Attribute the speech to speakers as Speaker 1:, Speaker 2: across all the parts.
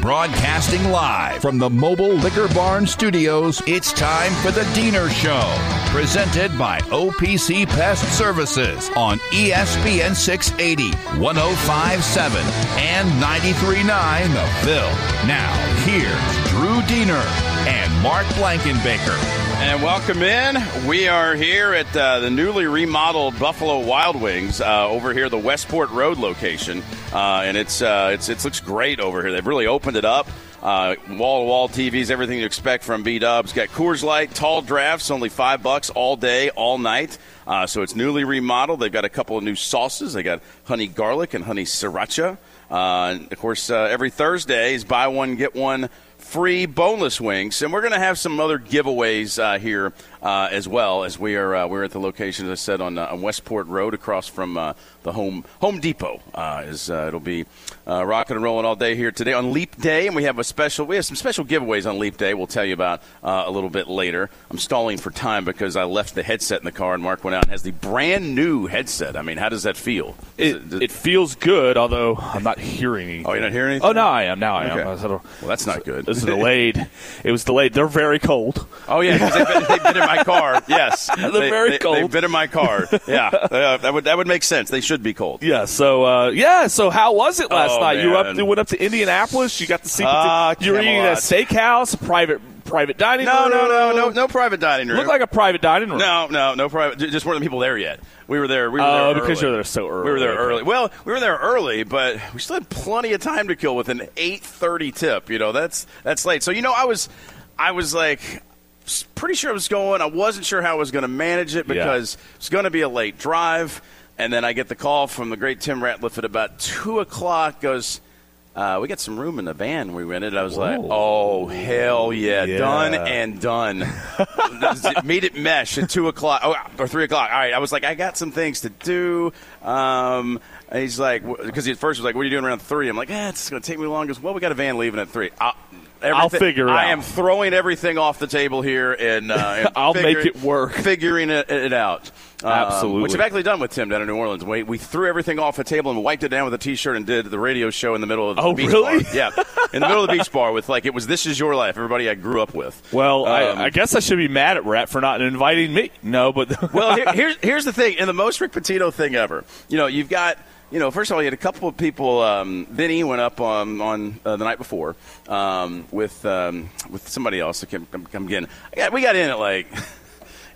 Speaker 1: Broadcasting live from the Mobile Liquor Barn Studios, it's time for the Diener Show, presented by OPC Pest Services on E ESPN 680, 1057, and 939 The Phil. Now, here's Drew Diener and Mark Blankenbaker.
Speaker 2: And welcome in. We are here at uh, the newly remodeled Buffalo Wild Wings uh, over here, the Westport Road location, uh, and it's uh, it's it looks great over here. They've really opened it up. Wall to wall TVs, everything you expect from B Dubs. Got Coors Light, tall drafts, only five bucks all day, all night. Uh, so it's newly remodeled. They've got a couple of new sauces. They got honey garlic and honey sriracha. Uh, and of course, uh, every Thursday is buy one get one free boneless wings, and we're going to have some other giveaways uh, here uh, as well as we are uh, we're at the location as I said on, uh, on Westport Road across from uh, the home Home Depot uh, is uh, it'll be uh, rocking and rolling all day here today on Leap Day, and we have a special we have some special giveaways on Leap Day. We'll tell you about uh, a little bit later. I'm stalling for time because I left the headset in the car, and Mark went out and has the brand new headset. I mean, how does that feel? Is
Speaker 3: It, it feels good, although I'm not hearing anything.
Speaker 2: Oh, you're not hearing anything?
Speaker 3: Oh, no, I am. Now I am.
Speaker 2: Okay.
Speaker 3: I was a little-
Speaker 2: Well, that's not good.
Speaker 3: This is delayed. it was delayed. They're very cold.
Speaker 2: Oh yeah, 'cause they've, been, they've been in my car. Yes, they're
Speaker 3: very
Speaker 2: they,
Speaker 3: cold.
Speaker 2: They've been in my car. Yeah, Uh, that would that would make sense. They should be cold.
Speaker 3: Yeah. So uh, yeah. So how was it last
Speaker 2: Oh,
Speaker 3: night? You were up.
Speaker 2: man.
Speaker 3: You went up to Indianapolis. You got to see.
Speaker 2: Ah,
Speaker 3: you were eating at a steakhouse, private private dining
Speaker 2: No,
Speaker 3: room.
Speaker 2: no, no, no, no private dining room.
Speaker 3: Looked like a private dining room.
Speaker 2: no, no, no private. ju- Just weren't the people there yet. We were there. We were
Speaker 3: Oh,
Speaker 2: there
Speaker 3: because
Speaker 2: early.
Speaker 3: you were there so early.
Speaker 2: We were there
Speaker 3: Okay.
Speaker 2: early. Well, we were there early, but we still had plenty of time to kill with an eight thirty tip. You know, that's that's late. So you know, I was, I was like. s- Pretty sure I was going. I wasn't sure how I was going to manage it
Speaker 3: Yeah.
Speaker 2: because it's going to be a late drive. And then I get the call from the great Tim Ratliff at about two o'clock. Goes, uh, we got some room in the van we rented. I was like, oh hell yeah,
Speaker 3: Yeah.
Speaker 2: done and done. Made it mesh at two o'clock oh, or three o'clock. All right, I was like, I got some things to do. Um, and he's like, because he at first was like, what are you doing around three? I'm like, eh, it's going to take me long. He goes, well, we got a van leaving at three. I'll,
Speaker 3: I'll
Speaker 2: everything-
Speaker 3: figure it
Speaker 2: I
Speaker 3: out.
Speaker 2: am throwing everything off the table here, and, uh, and
Speaker 3: I'll make
Speaker 2: figure-
Speaker 3: it work.
Speaker 2: Figuring it, it out. Um,
Speaker 3: Absolutely.
Speaker 2: which I've actually done with Tim down in New Orleans. We, we threw everything off the table and wiped it down with a T-shirt and did the radio show in the middle of the
Speaker 3: Oh,
Speaker 2: beach
Speaker 3: really?
Speaker 2: bar. Yeah, in the middle of the beach bar with like it was "This Is Your Life." Everybody I grew up with.
Speaker 3: Well,
Speaker 2: Um,
Speaker 3: I, I guess I should be mad at Rat for not inviting me. No, but
Speaker 2: well, here, here's here's the thing, and the most Rick Pitino thing ever. You know, you've got. You know, first of all, you had a couple of people. Um, Vinny went up on on uh, the night before um, with um, with somebody else. I can't come, come again. I got, we got in at like,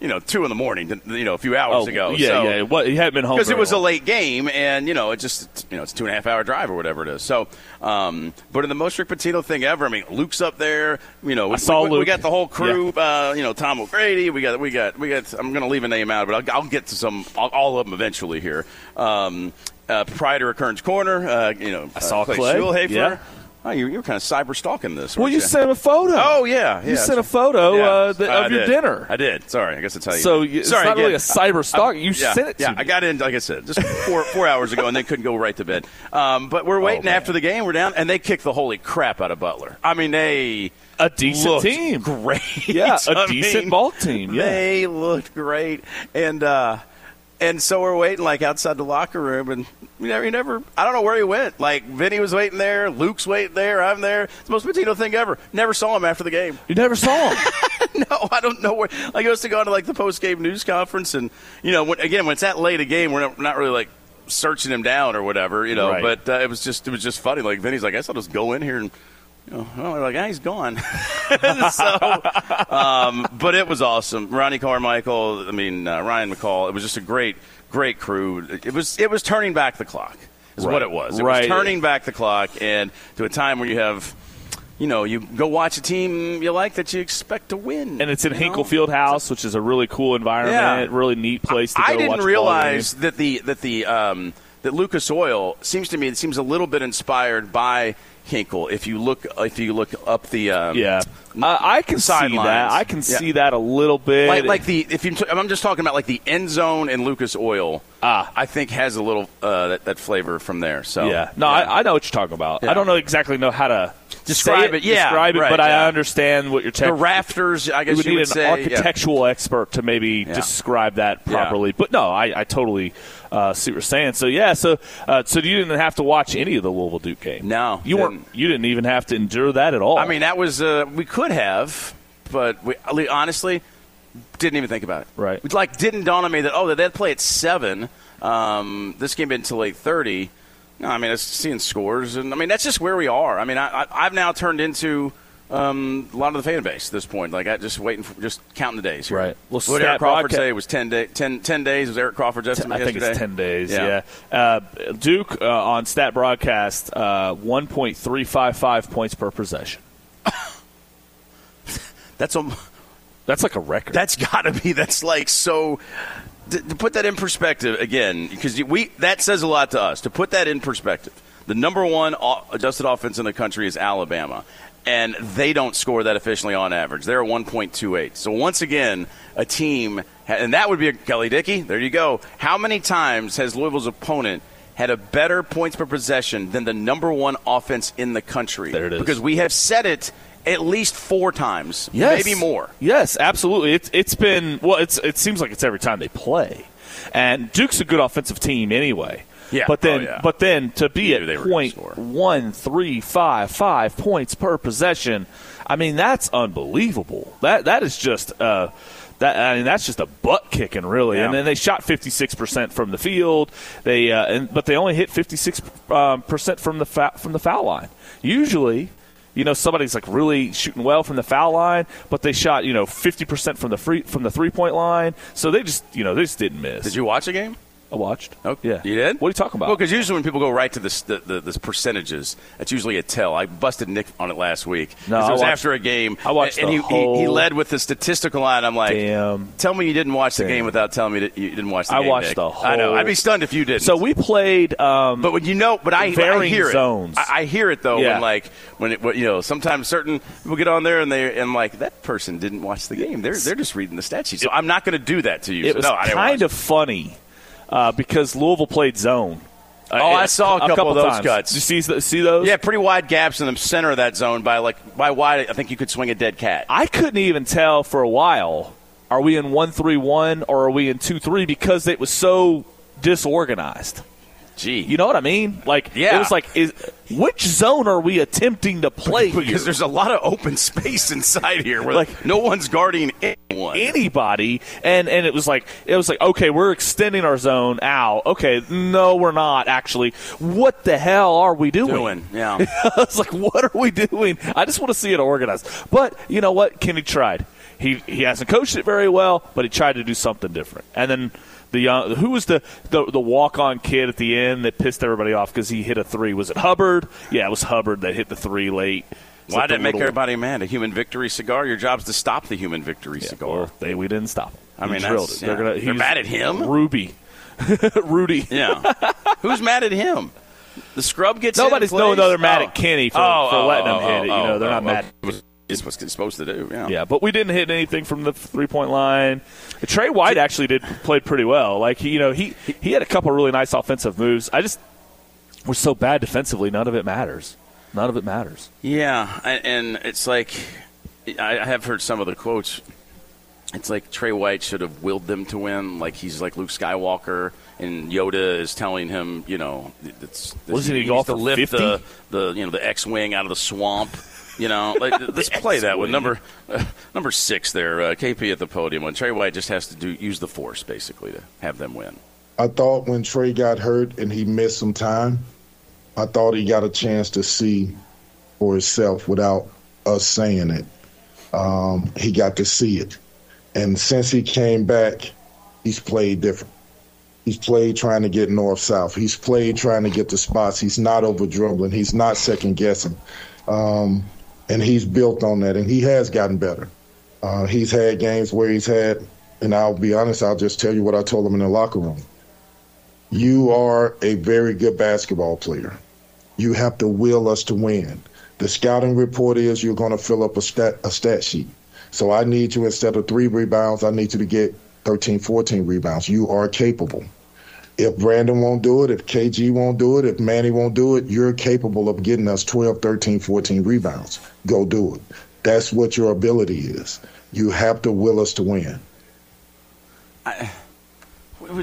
Speaker 2: you know, two in the morning. You know, a few hours
Speaker 3: oh,
Speaker 2: ago.
Speaker 3: yeah,
Speaker 2: so,
Speaker 3: yeah. What, he hadn't been home
Speaker 2: because it
Speaker 3: very
Speaker 2: was a
Speaker 3: long.
Speaker 2: late game, and you know, it just you know, it's a two and a half hour drive or whatever it is. So, um, but in the most Rick Pitino thing ever, I mean, Luke's up there. You know, we,
Speaker 3: I saw
Speaker 2: we, we
Speaker 3: Luke.
Speaker 2: got the whole crew. Uh, you know, Tom O'Grady. We got we got we got. I'm going to leave a name out, but I'll, I'll get to some all, all of them eventually here. Um, uh, proprietor of Kern's Corner. Uh, you know, I
Speaker 3: saw Clay, yeah.
Speaker 2: Oh, you, you were kind of cyber stalking this.
Speaker 3: Well,
Speaker 2: weren't
Speaker 3: you sent a photo.
Speaker 2: Oh yeah, yeah
Speaker 3: you sent a photo
Speaker 2: yeah.
Speaker 3: uh, th-
Speaker 2: I
Speaker 3: of your
Speaker 2: did.
Speaker 3: dinner.
Speaker 2: I did. Sorry, I guess that's how you.
Speaker 3: So you- it's
Speaker 2: Sorry,
Speaker 3: not really
Speaker 2: again.
Speaker 3: a cyber stalk. You
Speaker 2: yeah,
Speaker 3: sent it to
Speaker 2: yeah,
Speaker 3: me.
Speaker 2: I got in, like I said, just four four hours ago, and then couldn't go right to bed. Um, but we're waiting
Speaker 3: Oh, man.
Speaker 2: after the game. We're down, and they kicked the holy crap out of Butler. I mean, they
Speaker 3: a decent
Speaker 2: looked
Speaker 3: team.
Speaker 2: great.
Speaker 3: Yeah, a
Speaker 2: I
Speaker 3: decent
Speaker 2: mean,
Speaker 3: ball team, yeah.
Speaker 2: they looked great, and uh, and so we're waiting like outside the locker room, and you never, you never, I don't know where he went. Like Vinny was waiting there, Luke's waiting there, I'm there. It's the most Patino thing ever. Never saw him after the game.
Speaker 3: You never saw him.
Speaker 2: No, I don't know where. Like, I was to go to like the post game news conference, and you know, when, again, when it's that late a game, we're not, we're not really like searching him down or whatever, you know.
Speaker 3: Right.
Speaker 2: But uh, it was just it was just funny. Like Vinny's like, I thought I'd just go in here and. You know, well, they're like, ah, he's gone. so, um, but it was awesome. Ronnie Carmichael, I mean uh, Ryan McCall. It was just a great, great crew. It was it was turning back the clock is what it was. It
Speaker 3: Right.
Speaker 2: was turning back the clock and to a time where you have, you know, you go watch a team you like that you expect to win,
Speaker 3: And it's in
Speaker 2: you know?
Speaker 3: Hinkle Field House, which is a really cool environment,
Speaker 2: Yeah.
Speaker 3: really neat place to go
Speaker 2: I
Speaker 3: watch
Speaker 2: didn't
Speaker 3: ball
Speaker 2: realize
Speaker 3: games.
Speaker 2: that the that the um, that Lucas Oil seems to me it seems a little bit inspired by Hinkle. If you look if you look up the um,
Speaker 3: Yeah, I, I can see
Speaker 2: sidelines.
Speaker 3: that. I can
Speaker 2: Yeah.
Speaker 3: see that a little bit.
Speaker 2: Like, like the if you I'm just talking about like the end zone and Lucas Oil.
Speaker 3: Ah.
Speaker 2: I think has a little uh, that, that flavor from there. So
Speaker 3: yeah, no, I, I know what you're talking about. I
Speaker 2: Yeah.
Speaker 3: don't know exactly know how to
Speaker 2: Describe
Speaker 3: say
Speaker 2: it, yeah,
Speaker 3: describe it,
Speaker 2: right,
Speaker 3: but
Speaker 2: yeah.
Speaker 3: I understand what you're
Speaker 2: the
Speaker 3: talking.
Speaker 2: rafters. I
Speaker 3: We
Speaker 2: guess
Speaker 3: would
Speaker 2: you
Speaker 3: need
Speaker 2: would
Speaker 3: an
Speaker 2: say yeah.
Speaker 3: architectural expert to maybe describe that
Speaker 2: Yeah.
Speaker 3: properly. But no, I, I totally uh, see what you're saying. So yeah, so uh, so you didn't have to watch any of the Louisville Duke game.
Speaker 2: No,
Speaker 3: you weren't.
Speaker 2: didn't.
Speaker 3: You didn't even have to endure that at all.
Speaker 2: I mean, that was uh, we could have, but we honestly didn't even think about it.
Speaker 3: Right.
Speaker 2: It, like didn't dawn on me that oh they'd play at seven. Um, this game until eight thirty. No, I mean it's seeing scores, and I mean that's just where we are. I mean I, I, I've now turned into. Um, a lot of the fan base at this point, like I just waiting, for, just counting the days. Here.
Speaker 3: Right. Well,
Speaker 2: what
Speaker 3: stat
Speaker 2: Eric Crawford
Speaker 3: broadca-
Speaker 2: say was 10, day, 10, 10 days. Was Eric Crawford's estimate
Speaker 3: I think
Speaker 2: yesterday?
Speaker 3: it's 10 days. Yeah. Uh, Duke uh, on stat broadcast, uh, 1.355 points per possession.
Speaker 2: That's a,
Speaker 3: That's like a record.
Speaker 2: That's got to be. That's like so. To, to put that in perspective again, because we that says a lot to us. To put that in perspective, the number one o- adjusted offense in the country is Alabama, and they don't score that efficiently on average. They're at 1.28. So once again, a team, ha- and that would be a Kelly Dickey. There you go. How many times has Louisville's opponent? Had a better points per possession than the number one offense in the country.
Speaker 3: There it is.
Speaker 2: Because we have said it at least four times,
Speaker 3: Yes.
Speaker 2: maybe more.
Speaker 3: Yes, absolutely. It's it's been well. It's it seems like it's every time they play, and Duke's a good offensive team anyway.
Speaker 2: Yeah.
Speaker 3: But then,
Speaker 2: Oh, yeah.
Speaker 3: but then to be
Speaker 2: You
Speaker 3: at
Speaker 2: knew they were gonna
Speaker 3: point
Speaker 2: score.
Speaker 3: one three five five points per possession, I mean that's unbelievable. That that is just uh, that I mean that's just a butt kicking really.
Speaker 2: Yeah.
Speaker 3: And then they shot fifty six percent from the field. They uh, and but they only hit fifty six um, percent from the fa- from the foul line. Usually, you know somebody's like really shooting well from the foul line, but they shot you know fifty percent from the free from the three point line. So they just you know they just didn't miss.
Speaker 2: Did you watch a game?
Speaker 3: I watched.
Speaker 2: Oh,
Speaker 3: yeah.
Speaker 2: You did? Oh,
Speaker 3: What are you talking about?
Speaker 2: Well, because usually when people go right to the, the, the, the percentages, that's usually a tell. I busted Nick on it last week.
Speaker 3: No,
Speaker 2: 'Cause
Speaker 3: I
Speaker 2: it was
Speaker 3: watched-
Speaker 2: after a game.
Speaker 3: I watched
Speaker 2: and, and
Speaker 3: the
Speaker 2: he, he, he
Speaker 3: whole-
Speaker 2: led with the statistical line. I'm like,
Speaker 3: Damn.
Speaker 2: tell me you didn't watch the game without telling me that you didn't watch the
Speaker 3: I
Speaker 2: game.
Speaker 3: watched
Speaker 2: Nick.
Speaker 3: the
Speaker 2: I know.
Speaker 3: whole-
Speaker 2: I'd be stunned if you didn't.
Speaker 3: so we played. Um,
Speaker 2: But when you know, but I, I
Speaker 3: Varying
Speaker 2: hear
Speaker 3: zones.
Speaker 2: it. I, I hear it though
Speaker 3: Yeah.
Speaker 2: when like when it, when, you know sometimes certain people get on there and they and like that person didn't watch the game. They're they're just reading the stat sheet. So I'm not going to do that to you.
Speaker 3: it
Speaker 2: So,
Speaker 3: was
Speaker 2: no, I didn't watch
Speaker 3: kind
Speaker 2: it.
Speaker 3: of funny uh, because Louisville played zone. Uh,
Speaker 2: Oh, I saw a couple of those
Speaker 3: times.
Speaker 2: cuts.
Speaker 3: Did you see, th- see those?
Speaker 2: Yeah, pretty wide gaps in the center of that zone by like by wide. I think you could swing a dead cat.
Speaker 3: I couldn't even tell for a while. Are we in one three one or are we in two three? Because it was so disorganized.
Speaker 2: Gee,
Speaker 3: You know what I mean? Like
Speaker 2: Yeah.
Speaker 3: it was like, is, which zone are we attempting to play? here?
Speaker 2: because there's a lot of open space inside here where
Speaker 3: Like-
Speaker 2: no one's guarding anyone.
Speaker 3: anybody and and it was like it was like okay we're extending our zone out okay no we're not actually what the hell are we doing,
Speaker 2: Doing, yeah.
Speaker 3: I was like what are we doing I just want to see it organized but you know what Kenny tried he he hasn't coached it very well but he tried to do something different and then the young, who was the, the, the walk on kid at the end that pissed everybody off because he hit a three? Was it Hubbard? Yeah, it was Hubbard that hit the three late. It's
Speaker 2: Why
Speaker 3: like
Speaker 2: did
Speaker 3: the
Speaker 2: it make
Speaker 3: little-
Speaker 2: everybody mad? A human victory cigar. Your job's to stop the human victory
Speaker 3: Yeah,
Speaker 2: cigar.
Speaker 3: well, they we didn't stop. Him.
Speaker 2: I
Speaker 3: He
Speaker 2: mean,
Speaker 3: drilled
Speaker 2: that's-
Speaker 3: it. They're
Speaker 2: yeah.
Speaker 3: gonna.
Speaker 2: They're
Speaker 3: he's-
Speaker 2: mad at him?
Speaker 3: Ruby, Rudy.
Speaker 2: yeah. Who's mad at him? The scrub gets. Oh.
Speaker 3: Nobody's
Speaker 2: no.
Speaker 3: no, no, they're mad at Kenny for, for letting
Speaker 2: oh,
Speaker 3: him hit it. You know, they're not mad.
Speaker 2: It's what he's supposed to do. Yeah.
Speaker 3: Yeah, but we didn't hit anything from the three point line. Trey White actually did played pretty well. Like he, you know, he he had a couple really nice offensive moves. I just we're so bad defensively. None of it matters. None of it matters.
Speaker 2: Yeah, and, and it's like I I have heard some of the quotes. It's like Trey White should have willed them to win. Like he's like Luke Skywalker, and Yoda is telling him, you know, it's,
Speaker 3: Wasn't he
Speaker 2: he
Speaker 3: going
Speaker 2: needs to
Speaker 3: for
Speaker 2: lift
Speaker 3: 50?
Speaker 2: the the you know the X wing out of the swamp. You know, like, let's play that one. Number uh, number six there, uh, KP at the podium. When Trey White just has to do use the force basically to have them win.
Speaker 4: I thought when Trey got hurt and he missed some time, I thought he got a chance to see for himself without us saying it. Um, he got to see it. And since he came back, he's played different. He's played trying to get north south. He's played trying to get the spots. He's not over dribbling. He's not second guessing. Um, and he's built on that. And he has gotten better. Uh, he's had games where he's had, and I'll be honest, I'll just tell you what I told him in the locker room. You are a very good basketball player. You have to will us to win. The scouting report is you're going to fill up a stat, a stat sheet. So I need you, instead of three rebounds, I need you to get 13, 14 rebounds. You are capable. If Brandon won't do it, if KG won't do it, if Manny won't do it, you're capable of getting us 12, 13, 14 rebounds. Go do it. That's what your ability is. You have to will us to win.
Speaker 2: I,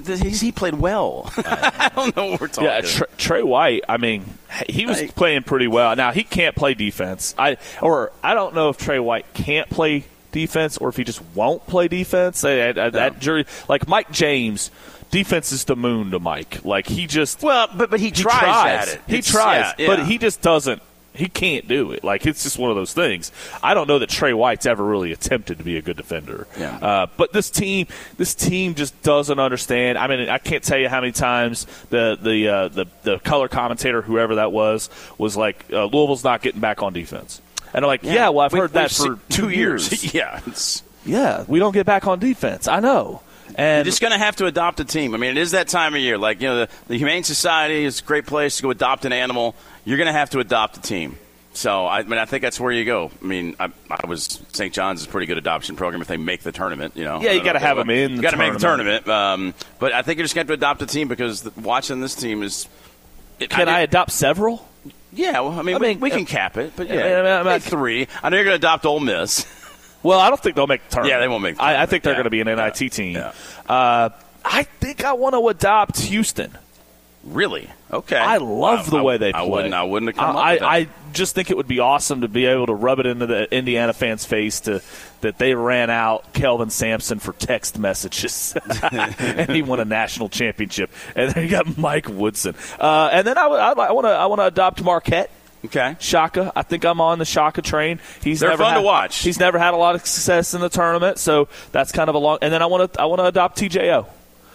Speaker 2: he's- he played well. I don't know what we're talking.
Speaker 3: Yeah, Tre- Trey White. I mean, he was playing pretty well. Now he can't play defense. I or I don't know if Trey White can't play defense or if he just won't play defense. I, I, I- That jury, like Mike James, defense is the moon to Mike. Like he just
Speaker 2: well, but but he,
Speaker 3: he
Speaker 2: tries,
Speaker 3: tries.
Speaker 2: at it.
Speaker 3: He
Speaker 2: It's-
Speaker 3: tries,
Speaker 2: yeah, yeah.
Speaker 3: but he just doesn't. He can't do it. Like it's just one of those things. I don't know that Trey White's ever really attempted to be a good defender.
Speaker 2: Yeah.
Speaker 3: Uh, but this team, this team just doesn't understand. I mean, I can't tell you how many times the the uh, the, the color commentator, whoever that was, was like, uh, "Louisville's not getting back on defense." And I'm like, "Yeah, well, I've
Speaker 2: We've-
Speaker 3: heard that
Speaker 2: we've
Speaker 3: for
Speaker 2: seen-
Speaker 3: two years.
Speaker 2: yeah, it's,
Speaker 3: yeah, we don't get back on defense. I know."
Speaker 2: you're
Speaker 3: And
Speaker 2: just going to have to adopt a team. I mean, it is that time of year. Like you know, the, the Humane Society is a great place to go adopt an animal. You're going to have to adopt a team. So I mean, I think that's where you go. I mean, I, I was St. John's is a pretty good adoption program if they make the tournament. You know,
Speaker 3: Yeah, you gotta have 'em in the
Speaker 2: Got to make the tournament. Um, but I think you're just going to have to adopt a team because the, watching this team is. It,
Speaker 3: can I adopt several?
Speaker 2: Yeah, well, I mean,
Speaker 3: I
Speaker 2: we,
Speaker 3: mean,
Speaker 2: we can
Speaker 3: uh,
Speaker 2: cap it, but
Speaker 3: I
Speaker 2: yeah,
Speaker 3: mean, I'm- I'm-
Speaker 2: make three. I know you're going to adopt Ole Miss.
Speaker 3: Well, I don't think they'll make the tournament.
Speaker 2: Yeah, they won't make the
Speaker 3: I, I think they're
Speaker 2: tournament.
Speaker 3: going to be an
Speaker 2: Yeah.
Speaker 3: NIT team.
Speaker 2: Yeah.
Speaker 3: Uh, I think I want to adopt Houston.
Speaker 2: Really? Okay.
Speaker 3: I love the
Speaker 2: I-
Speaker 3: way they
Speaker 2: I
Speaker 3: play.
Speaker 2: wouldn't. I wouldn't have come
Speaker 3: I,
Speaker 2: up with that.
Speaker 3: I, I just think it would be awesome to be able to rub it into the Indiana fans' face to that they ran out Kelvin Sampson for text messages, and he won a national championship. And then you got Mike Woodson, uh, and then I want to I want to adopt Marquette.
Speaker 2: okay.
Speaker 3: Shaka. I think I'm on the Shaka train. He's
Speaker 2: They're
Speaker 3: never
Speaker 2: fun
Speaker 3: had,
Speaker 2: to watch.
Speaker 3: He's never had a lot of success in the tournament, so that's kind of a long. And then I want to I want to adopt TJO.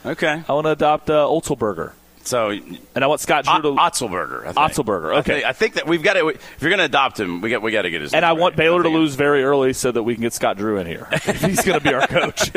Speaker 2: Okay.
Speaker 3: I want to adopt uh, Otzelberger,
Speaker 2: So
Speaker 3: and I want Scott Drew to.
Speaker 2: Otzelberger. I think.
Speaker 3: Otzelberger,
Speaker 2: I
Speaker 3: okay.
Speaker 2: think- I think that we've got to. If you're going to adopt him, we got. We got to get his.
Speaker 3: and
Speaker 2: name
Speaker 3: I want
Speaker 2: right.
Speaker 3: Baylor to
Speaker 2: think-
Speaker 3: lose very early so that we can get Scott Drew in here. He's going to be our coach.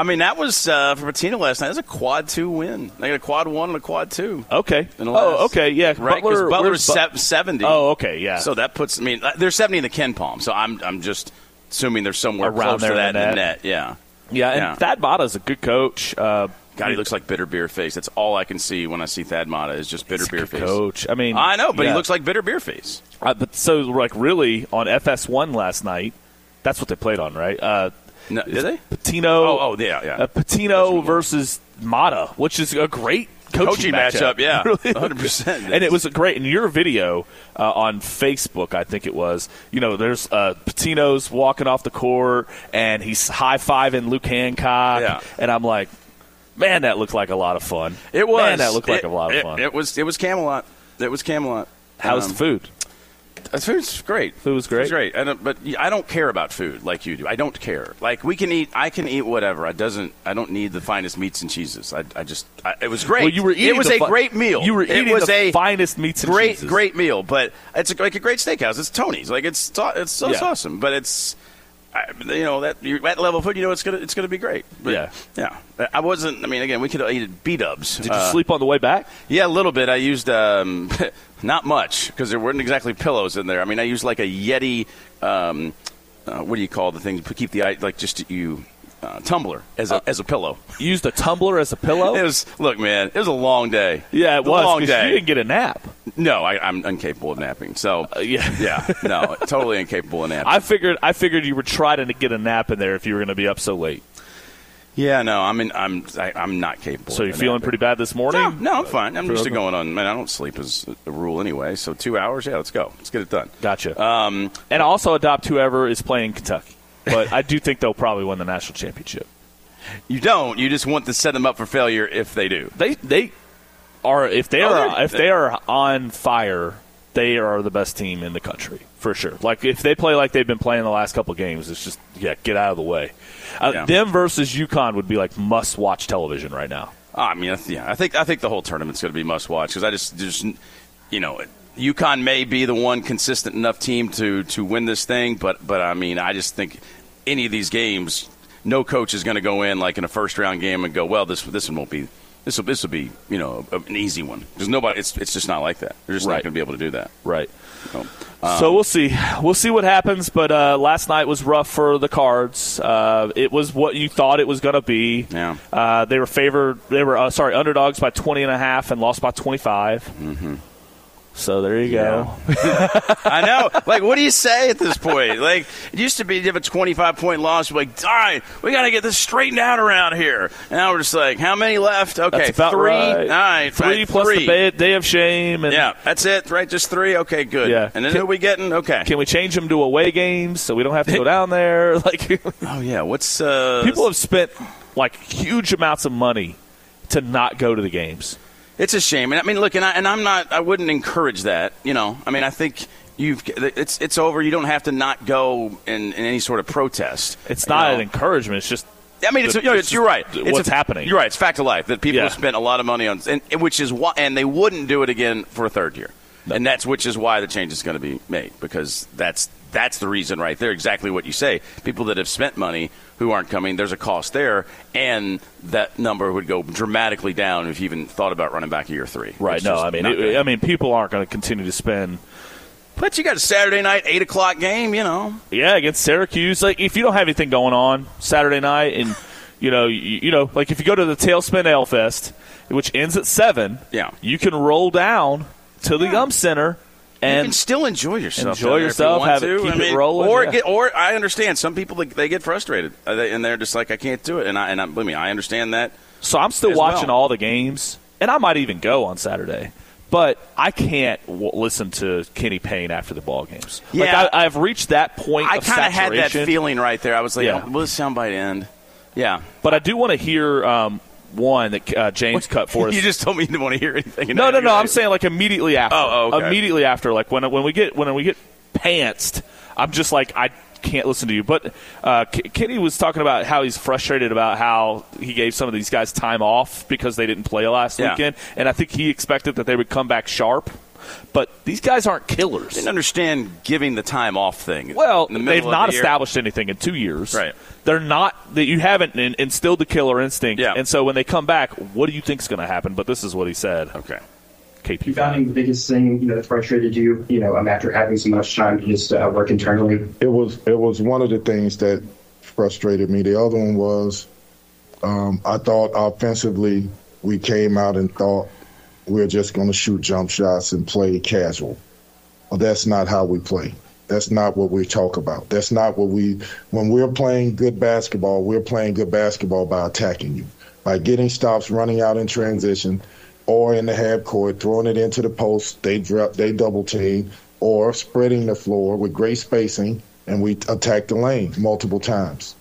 Speaker 2: I mean, that was uh, for Patino last night. That was a quad two win. They got a quad one and a quad two.
Speaker 3: okay.
Speaker 2: In the last-
Speaker 3: oh, okay. Yeah.
Speaker 2: Right, 'cause
Speaker 3: Butler,
Speaker 2: Butler's
Speaker 3: where's
Speaker 2: se- seventy.
Speaker 3: Oh, okay. Yeah.
Speaker 2: So that puts. I mean, uh, they're seventy in the Ken Palm. So I'm. I'm just assuming they're somewhere
Speaker 3: Around
Speaker 2: close
Speaker 3: there
Speaker 2: to that
Speaker 3: in the
Speaker 2: in the
Speaker 3: net.
Speaker 2: net. Yeah.
Speaker 3: yeah, and
Speaker 2: yeah.
Speaker 3: Thad Bada's a good coach. Uh,
Speaker 2: God, he looks like bitter beer face. That's all I can see when I see Thad Mata is just bitter
Speaker 3: he's a
Speaker 2: beer
Speaker 3: good
Speaker 2: face.
Speaker 3: coach. I mean,
Speaker 2: I know, but he
Speaker 3: yeah.
Speaker 2: looks like bitter beer face.
Speaker 3: Uh, but so like really on FS1 last night, that's what they played on, right? Uh,
Speaker 2: No, did they?
Speaker 3: Patino.
Speaker 2: Oh, oh, yeah, yeah.
Speaker 3: Uh, Patino versus Mata, which is a great coaching,
Speaker 2: Coaching matchup, yeah.
Speaker 3: Really.
Speaker 2: 100%.
Speaker 3: and it was a great. In your video uh, on Facebook, I think it was. You know, there's uh, Patino's walking off the court, and he's high fiving Luke Hancock,
Speaker 2: Yeah.
Speaker 3: and I'm like. Man, that looked like a lot of fun.
Speaker 2: It was.
Speaker 3: Man, that looked like
Speaker 2: It-
Speaker 3: a lot of
Speaker 2: it-
Speaker 3: fun.
Speaker 2: It, was. It was Camelot. It was Camelot.
Speaker 3: How's
Speaker 2: Um,
Speaker 3: the food?
Speaker 2: uh, Food's great.
Speaker 3: Food was great?
Speaker 2: It's great. I don't, but I don't care about food like you do. I don't care. Like we can eat. I can eat whatever. I doesn't. I don't need the finest meats and cheeses. I, I just. I, it was great.
Speaker 3: Well, you were eating
Speaker 2: It was
Speaker 3: the
Speaker 2: a
Speaker 3: fi-
Speaker 2: great meal.
Speaker 3: You were eating
Speaker 2: it was
Speaker 3: the
Speaker 2: a
Speaker 3: finest meats and
Speaker 2: great,
Speaker 3: cheeses.
Speaker 2: great meal. But it's a, like a great steakhouse. It's Tony's. Like it's so- it's so
Speaker 3: Yeah.
Speaker 2: awesome. But it's. I, you know that you that level of food, you know it's gonna it's gonna be great. But,
Speaker 3: Yeah.
Speaker 2: yeah. I wasn't. I mean, again, we could have eaten B dubs.
Speaker 3: Did you sleep on the way back?
Speaker 2: Yeah, a little bit. I used um, not much because there weren't exactly pillows in there. I mean, I used like a Yeti. Um, uh, what do you call the thing to keep the eye like just you uh, tumbler as a as a pillow?
Speaker 3: You used a tumbler as a pillow?
Speaker 2: It was look, man. It was a long day.
Speaker 3: oh. yeah, it
Speaker 2: It
Speaker 3: was.
Speaker 2: a long
Speaker 3: 'cause
Speaker 2: day.
Speaker 3: You didn't get a nap.
Speaker 2: no, I, I'm incapable of napping. So
Speaker 3: Uh, yeah.
Speaker 2: yeah, no, totally incapable of napping.
Speaker 3: I figured I figured you were trying to get a nap in there if you were going to be up so late.
Speaker 2: yeah, no, I'm in, I'm I, I'm not capable.
Speaker 3: So
Speaker 2: of
Speaker 3: you're feeling
Speaker 2: napping.
Speaker 3: pretty bad this morning?
Speaker 2: No, no, I'm fine. I'm used to
Speaker 3: okay.
Speaker 2: going on. Man, I don't sleep as a rule anyway. So two hours. Yeah, let's go. Let's get it done.
Speaker 3: Gotcha.
Speaker 2: Um,
Speaker 3: and I'll also adopt whoever is playing Kentucky. But I do think they'll probably win the national championship.
Speaker 2: You don't. You just want to set them up for failure if they do.
Speaker 3: They they are if they
Speaker 2: Oh,
Speaker 3: are
Speaker 2: they're-
Speaker 3: if they are on fire, they are the best team in the country for sure. Like if they play like they've been playing the last couple games, it's just yeah, get out of the way. Uh,
Speaker 2: Yeah.
Speaker 3: Them versus UConn would be like must watch television right now.
Speaker 2: Oh, I mean, I th- yeah, I think I think the whole tournament's going to be must watch because I just just you know, UConn may be the one consistent enough team to to win this thing, but but I mean, I just think any of these games, no coach is going to go in like in a first round game and go, well, this this one won't be. This will, this will be, you know, a- an easy one. There's nobody. It's, it's just not like that. They're just
Speaker 3: Right.
Speaker 2: not going to be able to do that.
Speaker 3: Right.
Speaker 2: So, Um,
Speaker 3: so we'll see. We'll see what happens. But uh, last night was rough for the Cards. Uh, it was what you thought it was going to be.
Speaker 2: Yeah.
Speaker 3: Uh, they were favored. They were uh, sorry underdogs by 20 and a half and lost by 25. Mm-hmm. So there you go.
Speaker 2: I know. Like, what do you say at this point? Like, it used to be you have a 25 point loss. You're like, all right, we got to get this straightened out around here. Now we're just like, how many left? Okay,
Speaker 3: That's about
Speaker 2: three.
Speaker 3: right.
Speaker 2: All right,
Speaker 3: three
Speaker 2: right,
Speaker 3: plus
Speaker 2: three.
Speaker 3: the day, day of shame. And
Speaker 2: Yeah, that's it, right? Just three. Okay, good.
Speaker 3: Yeah.
Speaker 2: And then
Speaker 3: Can-
Speaker 2: who we getting? Okay.
Speaker 3: Can we change them to away games so we don't have to go down there? Like
Speaker 2: oh yeah. What's uh?
Speaker 3: people have spent like huge amounts of money to not go to the games.
Speaker 2: It's a shame. And I mean, look, and, I, and I'm not. I wouldn't encourage that. You know, I mean, I think you've. It's it's over. You don't have to not go in, in any sort of protest.
Speaker 3: It's
Speaker 2: You
Speaker 3: not
Speaker 2: know?
Speaker 3: an encouragement. It's just
Speaker 2: I mean, it's,
Speaker 3: the-
Speaker 2: you know,
Speaker 3: it's
Speaker 2: it's, you're right.
Speaker 3: just
Speaker 2: It's
Speaker 3: what's
Speaker 2: a-
Speaker 3: happening.
Speaker 2: You're right. It's fact of life that people
Speaker 3: Yeah.
Speaker 2: have spent a lot of money on, and and which is why, and they wouldn't do it again for a third year, and that's which is why the change is going to be made because that's that's the reason right there. Exactly what you say. People that have spent money who aren't coming, there's a cost there, and that number would go dramatically down if you even thought about running back a year three.
Speaker 3: right.
Speaker 2: It's
Speaker 3: No,
Speaker 2: just
Speaker 3: I mean,
Speaker 2: not
Speaker 3: it-
Speaker 2: gonna-
Speaker 3: I mean, people aren't going to continue to spend.
Speaker 2: but you got a Saturday night eight o'clock game, you know.
Speaker 3: Yeah, against Syracuse. Like if you don't have anything going on Saturday night, and you know, you, you know, like if you go to the Tailspin Ale Fest, which ends at seven.
Speaker 2: Yeah.
Speaker 3: you can roll down to the Yum Center
Speaker 2: you
Speaker 3: and
Speaker 2: can still enjoy yourself.
Speaker 3: Enjoy
Speaker 2: down there if you
Speaker 3: yourself,
Speaker 2: want
Speaker 3: have it-
Speaker 2: to.
Speaker 3: keep
Speaker 2: I
Speaker 3: it
Speaker 2: mean,
Speaker 3: rolling,
Speaker 2: Or
Speaker 3: yeah.
Speaker 2: get, or I understand some people like, they get frustrated uh, they- and they're just like, I can't do it. And I and I, believe me, I understand that.
Speaker 3: So I'm still
Speaker 2: as
Speaker 3: watching
Speaker 2: well.
Speaker 3: all the games, and I might even go on Saturday. But I can't w- listen to Kenny Payne after the ball games.
Speaker 2: Yeah.
Speaker 3: Like I, I've reached that point.
Speaker 2: I
Speaker 3: of
Speaker 2: kind of had that
Speaker 3: saturation,
Speaker 2: feeling right there. I was like,
Speaker 3: Yeah.
Speaker 2: oh, will this soundbite end? Yeah.
Speaker 3: But I do want to hear um, one that uh, James cut for us.
Speaker 2: you just told me you didn't want to hear anything.
Speaker 3: no, no, no. I'm
Speaker 2: Right.
Speaker 3: saying like immediately after.
Speaker 2: Oh, oh, okay.
Speaker 3: Immediately after, like when when we get when we get pantsed, I'm just like I can't listen to you. But uh, K- Kenny was talking about how he's frustrated about how he gave some of these guys time off because they didn't play last
Speaker 2: Yeah.
Speaker 3: weekend, and I think he expected that they would come back sharp. But these guys aren't
Speaker 2: I
Speaker 3: killers.
Speaker 2: didn't understand giving the time off thing.
Speaker 3: Well,
Speaker 2: In the
Speaker 3: they've
Speaker 2: middle of
Speaker 3: not
Speaker 2: the year.
Speaker 3: established anything in two years.
Speaker 2: Right.
Speaker 3: They're not that you haven't in, instilled the killer instinct.
Speaker 2: Yeah.
Speaker 3: And so when they come back, what do you think's going to happen? But this is what he said.
Speaker 2: Okay.
Speaker 3: KP.
Speaker 5: you finding the biggest thing you know that frustrated you you know um, after having so much time to just uh, work internally
Speaker 4: It was it was one of the things that frustrated me. The other one was um, I thought offensively we came out and thought we are just going to shoot jump shots and play casual. Well, that's not how we play. That's not what we talk about. That's not what we when we're playing good basketball. We're playing good basketball by attacking you, by getting stops, running out in transition, or in the half court, throwing it into the post. They drop, they double team, or spreading the floor with great spacing, and we attack the lane multiple times.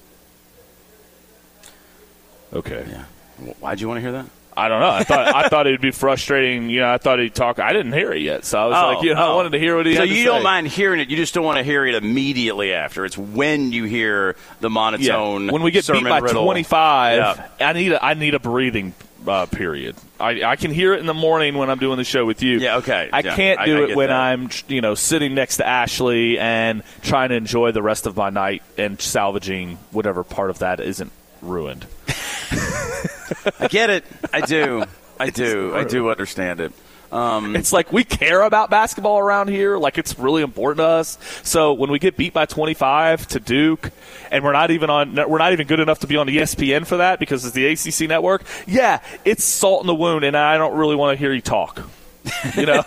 Speaker 3: Okay.
Speaker 2: Wh- Why'd you want to hear that?
Speaker 3: I don't know. I thought I thought it would be frustrating. You know, I thought he'd talk. I didn't hear it yet, so I was
Speaker 2: Oh,
Speaker 3: like, you know, I
Speaker 2: oh.
Speaker 3: wanted to hear what he
Speaker 2: So
Speaker 3: had to
Speaker 2: you don't
Speaker 3: say.
Speaker 2: mind hearing it, you just don't want to hear it immediately after. It's when you hear the
Speaker 3: Yeah.
Speaker 2: monotone.
Speaker 3: When we get beat
Speaker 2: Sermon
Speaker 3: by
Speaker 2: riddle.
Speaker 3: twenty five,
Speaker 2: Yeah.
Speaker 3: I need a, I need a breathing uh, period. I, I can hear it in the morning when I'm doing the show with you.
Speaker 2: Yeah, okay.
Speaker 3: I
Speaker 2: Yeah,
Speaker 3: can't
Speaker 2: I-
Speaker 3: do
Speaker 2: I
Speaker 3: it
Speaker 2: get
Speaker 3: when
Speaker 2: that.
Speaker 3: I'm you know sitting next to Ashley and trying to enjoy the rest of my night and salvaging whatever part of that isn't ruined.
Speaker 2: I get it. I do. I do. I do understand it.
Speaker 3: It's like we care about basketball around here. Like it's really important to us. So when we get beat by 25 to Duke, and we're not even on, we're not even good enough to be on E ESPN for that because it's the ACC network. Yeah, it's salt in the wound, and I don't really want to hear you talk. You know,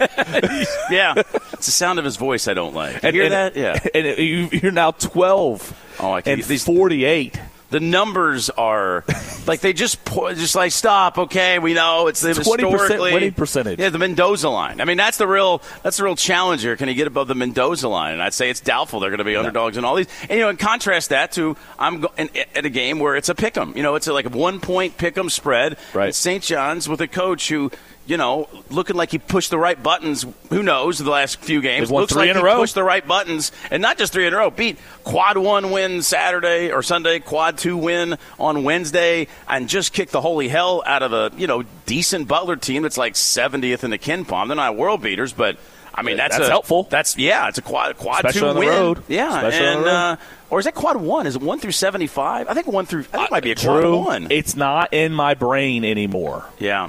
Speaker 2: Yeah, it's the sound of his voice I don't like. You
Speaker 3: and,
Speaker 2: hear
Speaker 3: and-
Speaker 2: that? Yeah.
Speaker 3: and you, you're now 12.
Speaker 2: Oh, I can't-
Speaker 3: and
Speaker 2: these-
Speaker 3: 48.
Speaker 2: The numbers are like they just po- just like stop. Okay, we know it's the
Speaker 3: 20%
Speaker 2: historically
Speaker 3: winning percentage.
Speaker 2: Yeah, the Mendoza line. I mean, that's the real that's the real challenge here. Can he get above the Mendoza line? And I'd say it's doubtful. They're going to be underdogs in all these. And you know, and contrast that to I'm go- in, at a game where it's a pick 'em. You know, it's a, like a one point pick 'em spread.
Speaker 3: Right.
Speaker 2: It's St. John's with a coach who. You know, looking like he pushed the right buttons. Who knows? The last few games
Speaker 3: They've won
Speaker 2: looks
Speaker 3: three
Speaker 2: like
Speaker 3: in a
Speaker 2: he
Speaker 3: row.
Speaker 2: pushed the right buttons, and not just three in a row. Beat quad one win Saturday or Sunday, quad two win on Wednesday, and just kick the holy hell out of a you know decent Butler team that's like 70th in the Ken Palm. They're not world beaters, but I mean that's,
Speaker 3: That's
Speaker 2: a-
Speaker 3: helpful.
Speaker 2: That's yeah, it's a quad quad
Speaker 3: Especially
Speaker 2: two
Speaker 3: on the
Speaker 2: win.
Speaker 3: road.
Speaker 2: Yeah,
Speaker 3: Especially on
Speaker 2: and
Speaker 3: the road.
Speaker 2: Uh, or is that quad one? Is it one through seventy five? I think one through. I think it might be a quad
Speaker 3: Drew,
Speaker 2: one.
Speaker 3: It's not in my brain anymore.
Speaker 2: yeah.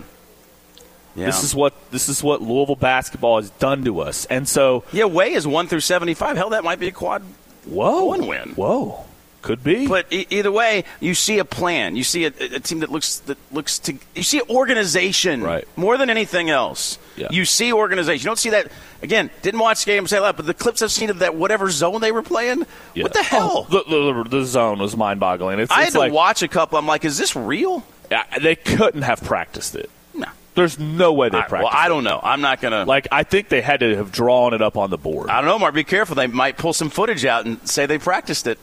Speaker 2: Yeah.
Speaker 3: This is what this is what Louisville basketball has done to us. And so,
Speaker 2: yeah, way is one through seventy five. Hell, that might be a quad
Speaker 3: whoa,
Speaker 2: One win.
Speaker 3: whoa, could be.
Speaker 2: But e- either way, you see a plan. You see a, a team that looks that looks to. You see organization
Speaker 3: Right.
Speaker 2: more than anything else.
Speaker 3: Yeah.
Speaker 2: You see organization. You don't see that again. Didn't watch the game say a lot, but the clips I've seen of that whatever zone they were playing.
Speaker 3: Yeah.
Speaker 2: What the hell?
Speaker 3: Oh, the, the, the zone was mind-boggling. It's,
Speaker 2: I had
Speaker 3: it's
Speaker 2: to
Speaker 3: like
Speaker 2: watch a couple. I'm like, is this real?
Speaker 3: I- they couldn't have practiced it.
Speaker 2: No.
Speaker 3: There's no way they
Speaker 2: I,
Speaker 3: practiced.
Speaker 2: well, I don't know. I'm not gonna.
Speaker 3: it. Like I think they had to have drawn it up on the board.
Speaker 2: I don't know, Mark. Be careful. They might pull some footage out and say they practiced it.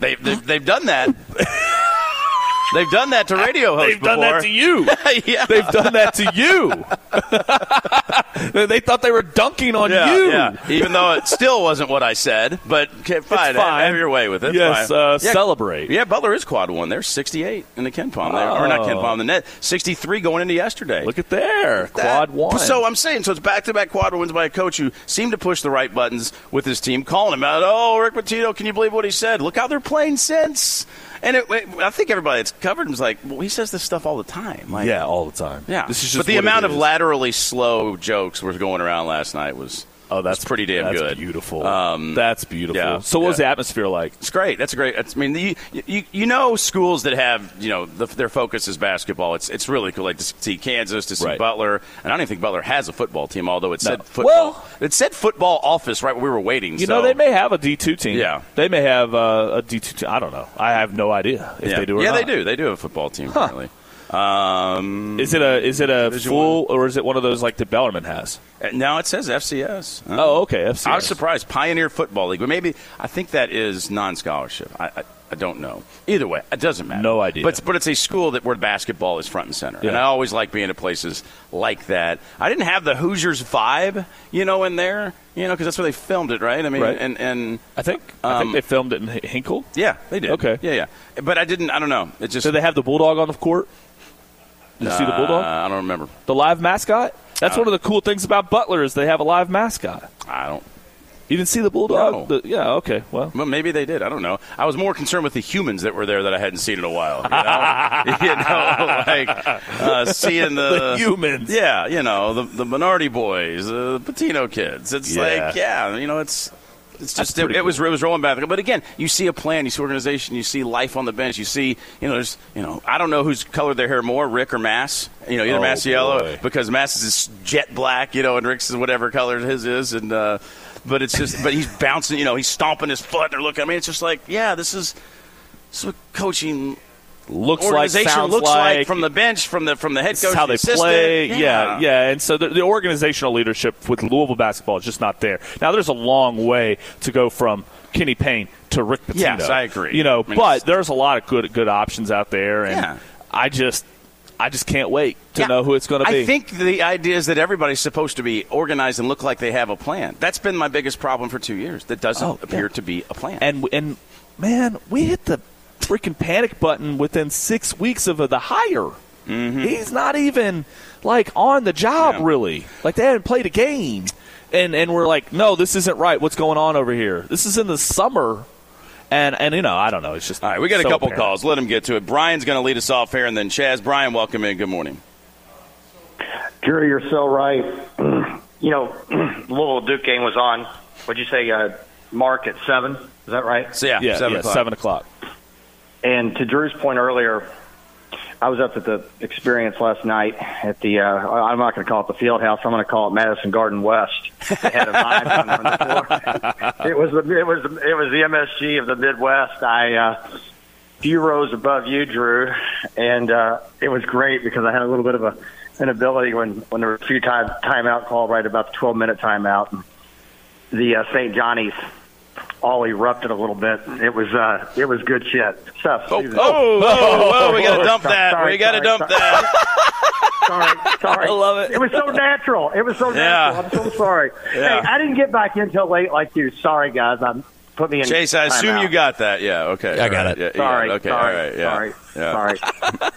Speaker 2: They, they they've done that. they've done that to radio hosts
Speaker 3: They've done that to you.
Speaker 2: before. yeah.
Speaker 3: They've done that to you. They- they thought they were dunking on
Speaker 2: Yeah,
Speaker 3: you.
Speaker 2: yeah. Even though it still wasn't what I said, but okay, fine,
Speaker 3: It's fine.
Speaker 2: Have your way with it.
Speaker 3: Yes,
Speaker 2: Fine.
Speaker 3: uh, celebrate.
Speaker 2: Yeah, Butler is quad one. They're 68 in the Ken Palm. They- Or not Ken Palm, the net. 63 going into yesterday.
Speaker 3: Oh. Look at there,
Speaker 2: That-
Speaker 3: quad one.
Speaker 2: So uh, I'm saying, so it's back to back quad wins by a coach who seemed to push the right buttons with his team, calling him out. Oh, Rick Pitino, can you believe what he said? Look how they're playing sense. And it, I think everybody that's covered him's like, well, he says this stuff all the time. Like,
Speaker 3: yeah, all the time.
Speaker 2: yeah.
Speaker 3: this is just
Speaker 2: but the
Speaker 3: what it
Speaker 2: amount of
Speaker 3: is.
Speaker 2: laterally slow jokes was going around last night was
Speaker 3: Oh, that's
Speaker 2: was pretty damn
Speaker 3: that's
Speaker 2: good.
Speaker 3: Beautiful.
Speaker 2: Um,
Speaker 3: that's beautiful.
Speaker 2: yeah,
Speaker 3: so, what was
Speaker 2: yeah.
Speaker 3: the atmosphere like?
Speaker 2: it's great. That's a great. That's, I mean, you, you you know schools that have you know the, their focus is basketball. It's it's really cool. Like to see Kansas, to see
Speaker 3: Right.
Speaker 2: Butler, and I don't even think Butler has a football team. Although it said
Speaker 3: No.
Speaker 2: football,
Speaker 3: Well-
Speaker 2: it said football office right where we were waiting.
Speaker 3: You
Speaker 2: so-
Speaker 3: know, they may have a D two team.
Speaker 2: Yeah.
Speaker 3: they may have uh, a D two team. I don't know. I have no idea if
Speaker 2: yeah.
Speaker 3: they do. Or
Speaker 2: yeah,
Speaker 3: not.
Speaker 2: they do. They do have a football team currently. Um,
Speaker 3: Is it a is it a
Speaker 2: Division
Speaker 3: full or is it one of those like that Bellarmine has?
Speaker 2: now it says FCS.
Speaker 3: Oh, okay. FCS.
Speaker 2: I was surprised. Pioneer Football League. But maybe I think that is non-scholarship. I, I, I don't know. Either way, it doesn't matter.
Speaker 3: No idea.
Speaker 2: But it's, but it's a school that where basketball is front and center. And
Speaker 3: Yeah.
Speaker 2: I always like being to places like that. I didn't have the Hoosiers vibe, you know, in there, you know, because that's where they filmed it, right? I mean,
Speaker 3: Right.
Speaker 2: and and
Speaker 3: I think I
Speaker 2: Um,
Speaker 3: think they filmed it in H- Hinkle.
Speaker 2: yeah, they did.
Speaker 3: Okay.
Speaker 2: Yeah, yeah. But I didn't. I don't know. It just.
Speaker 3: Did they have the bulldog on the court? Did you see the
Speaker 2: Uh,
Speaker 3: bulldog?
Speaker 2: I don't remember.
Speaker 3: The live mascot. That's
Speaker 2: Uh,
Speaker 3: one of the cool things about Butler is they have a live mascot.
Speaker 2: I don't.
Speaker 3: You didn't see the bulldog?
Speaker 2: No.
Speaker 3: The- yeah. Okay. Well,
Speaker 2: Well, maybe they did. I don't know. I was more concerned with the humans that were there that I hadn't seen in a while. You know, You know, like uh, seeing
Speaker 3: The
Speaker 2: the,
Speaker 3: humans.
Speaker 2: Yeah, you know the the minority boys, uh, the Patino kids. It's
Speaker 3: Yeah.
Speaker 2: like yeah, you know it's. It's just it,
Speaker 3: pretty
Speaker 2: it was it was rolling back, but again, you see a plan, you see organization, you see life on the bench, you see you know there's you know I don't know who's colored their hair more, Rick or Mass, you know either
Speaker 3: Oh,
Speaker 2: Massiello
Speaker 3: boy.
Speaker 2: because Mass is jet black, you know, and Rick's is whatever color his is, and uh, but it's just but he's bouncing, you know, he's stomping his foot. They're looking. I mean, it's just like yeah, this is this is what coaching
Speaker 3: looks like
Speaker 2: organization
Speaker 3: sounds
Speaker 2: looks like,
Speaker 3: like
Speaker 2: from the bench, from the from the head
Speaker 3: This
Speaker 2: coach,
Speaker 3: is how
Speaker 2: the
Speaker 3: they
Speaker 2: assistant.
Speaker 3: play. Yeah. yeah, And so the, the organizational leadership with Louisville basketball is just not there. Now, there's a long way to go from Kenny Payne to Rick Pitino.
Speaker 2: Yes, I agree.
Speaker 3: You know,
Speaker 2: I mean,
Speaker 3: but
Speaker 2: it's-
Speaker 3: there's a lot of good good options out there, and
Speaker 2: Yeah.
Speaker 3: I just I just can't wait to
Speaker 2: Yeah.
Speaker 3: know who it's going to be.
Speaker 2: I think the idea is that everybody's supposed to be organized and look like they have a plan. That's been my biggest problem for two years. That doesn't
Speaker 3: Oh, yeah.
Speaker 2: appear to be a plan.
Speaker 3: and and man, we hit the freaking panic button within six weeks of the hire. He's not even like on the job
Speaker 2: Mm-hmm. Yeah.
Speaker 3: really. Like they haven't played a game, and and we're like, no, this isn't right. What's going on over here? This is in the summer, and and you know, I don't know. It's just
Speaker 2: All right, we got
Speaker 3: so
Speaker 2: a couple
Speaker 3: apparent.
Speaker 2: calls. Let him get to it. Brian's going to lead us off here, and then Chaz. Brian, welcome in. Good morning.
Speaker 6: Jerry, you're so right. you know, Louisville Duke game was on. What'd you say, uh, Mark at seven? Is that right?
Speaker 2: So yeah,
Speaker 3: Yeah,
Speaker 2: seven
Speaker 3: yeah,
Speaker 2: o'clock.
Speaker 3: seven o'clock.
Speaker 6: And to Drew's point earlier, I was up at the experience last night at the. Uh, I- I'm not going to call it the field house. I'm going to call it Madison Garden West. They had a vibe on the floor. it was the it was the, it was the MSG of the Midwest. I uh, few rows above you, Drew, and uh, it was great because I had a little bit of a an ability when when there were a few time timeout call right about the 12 minute timeout. And the uh, St. Johnny's all erupted a little bit. It was uh, it was good shit. Stuff.
Speaker 2: Oh, oh, oh, oh, we gotta dump that.
Speaker 6: Sorry,
Speaker 2: we gotta
Speaker 6: sorry,
Speaker 2: dump
Speaker 6: sorry.
Speaker 2: that.
Speaker 6: sorry, sorry.
Speaker 3: I love it.
Speaker 6: It was so natural. It was so natural. I'm so sorry.
Speaker 2: Yeah.
Speaker 6: Hey, I didn't get back in till late like you. Sorry, guys. I'm put me in.
Speaker 2: Chase, I assume
Speaker 6: timeout.
Speaker 2: you got that. Yeah. Okay. I
Speaker 7: got it.
Speaker 2: Yeah, you got
Speaker 6: Sorry.
Speaker 2: it. Okay.
Speaker 6: sorry.
Speaker 2: All right. Yeah.
Speaker 6: Sorry.
Speaker 2: Yeah.
Speaker 6: Sorry.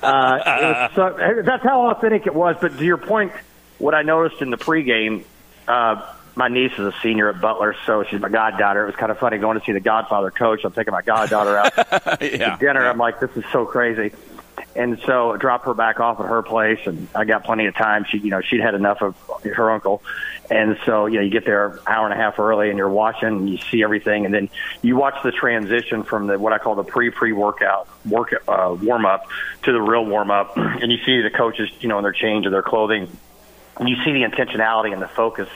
Speaker 6: Uh, it was so, hey, that's how authentic it was. But to your point, what I noticed in the pregame, uh, my niece is a senior at Butler, so she's my goddaughter. It was kind of funny going to see the Godfather coach. I'm taking my goddaughter out
Speaker 2: yeah.
Speaker 6: to dinner. I'm like, this is so crazy. And so I dropped her back off at her place, and I got plenty of time. She, you know, she'd had enough of her uncle, and so you know, you get there an hour and a half early, and you're watching, and you see everything, and then you watch the transition from the what I call the pre pre workout work uh, warm up to the real warm up, and you see the coaches, you know, in their change of their clothing, and you see the intentionality and the focus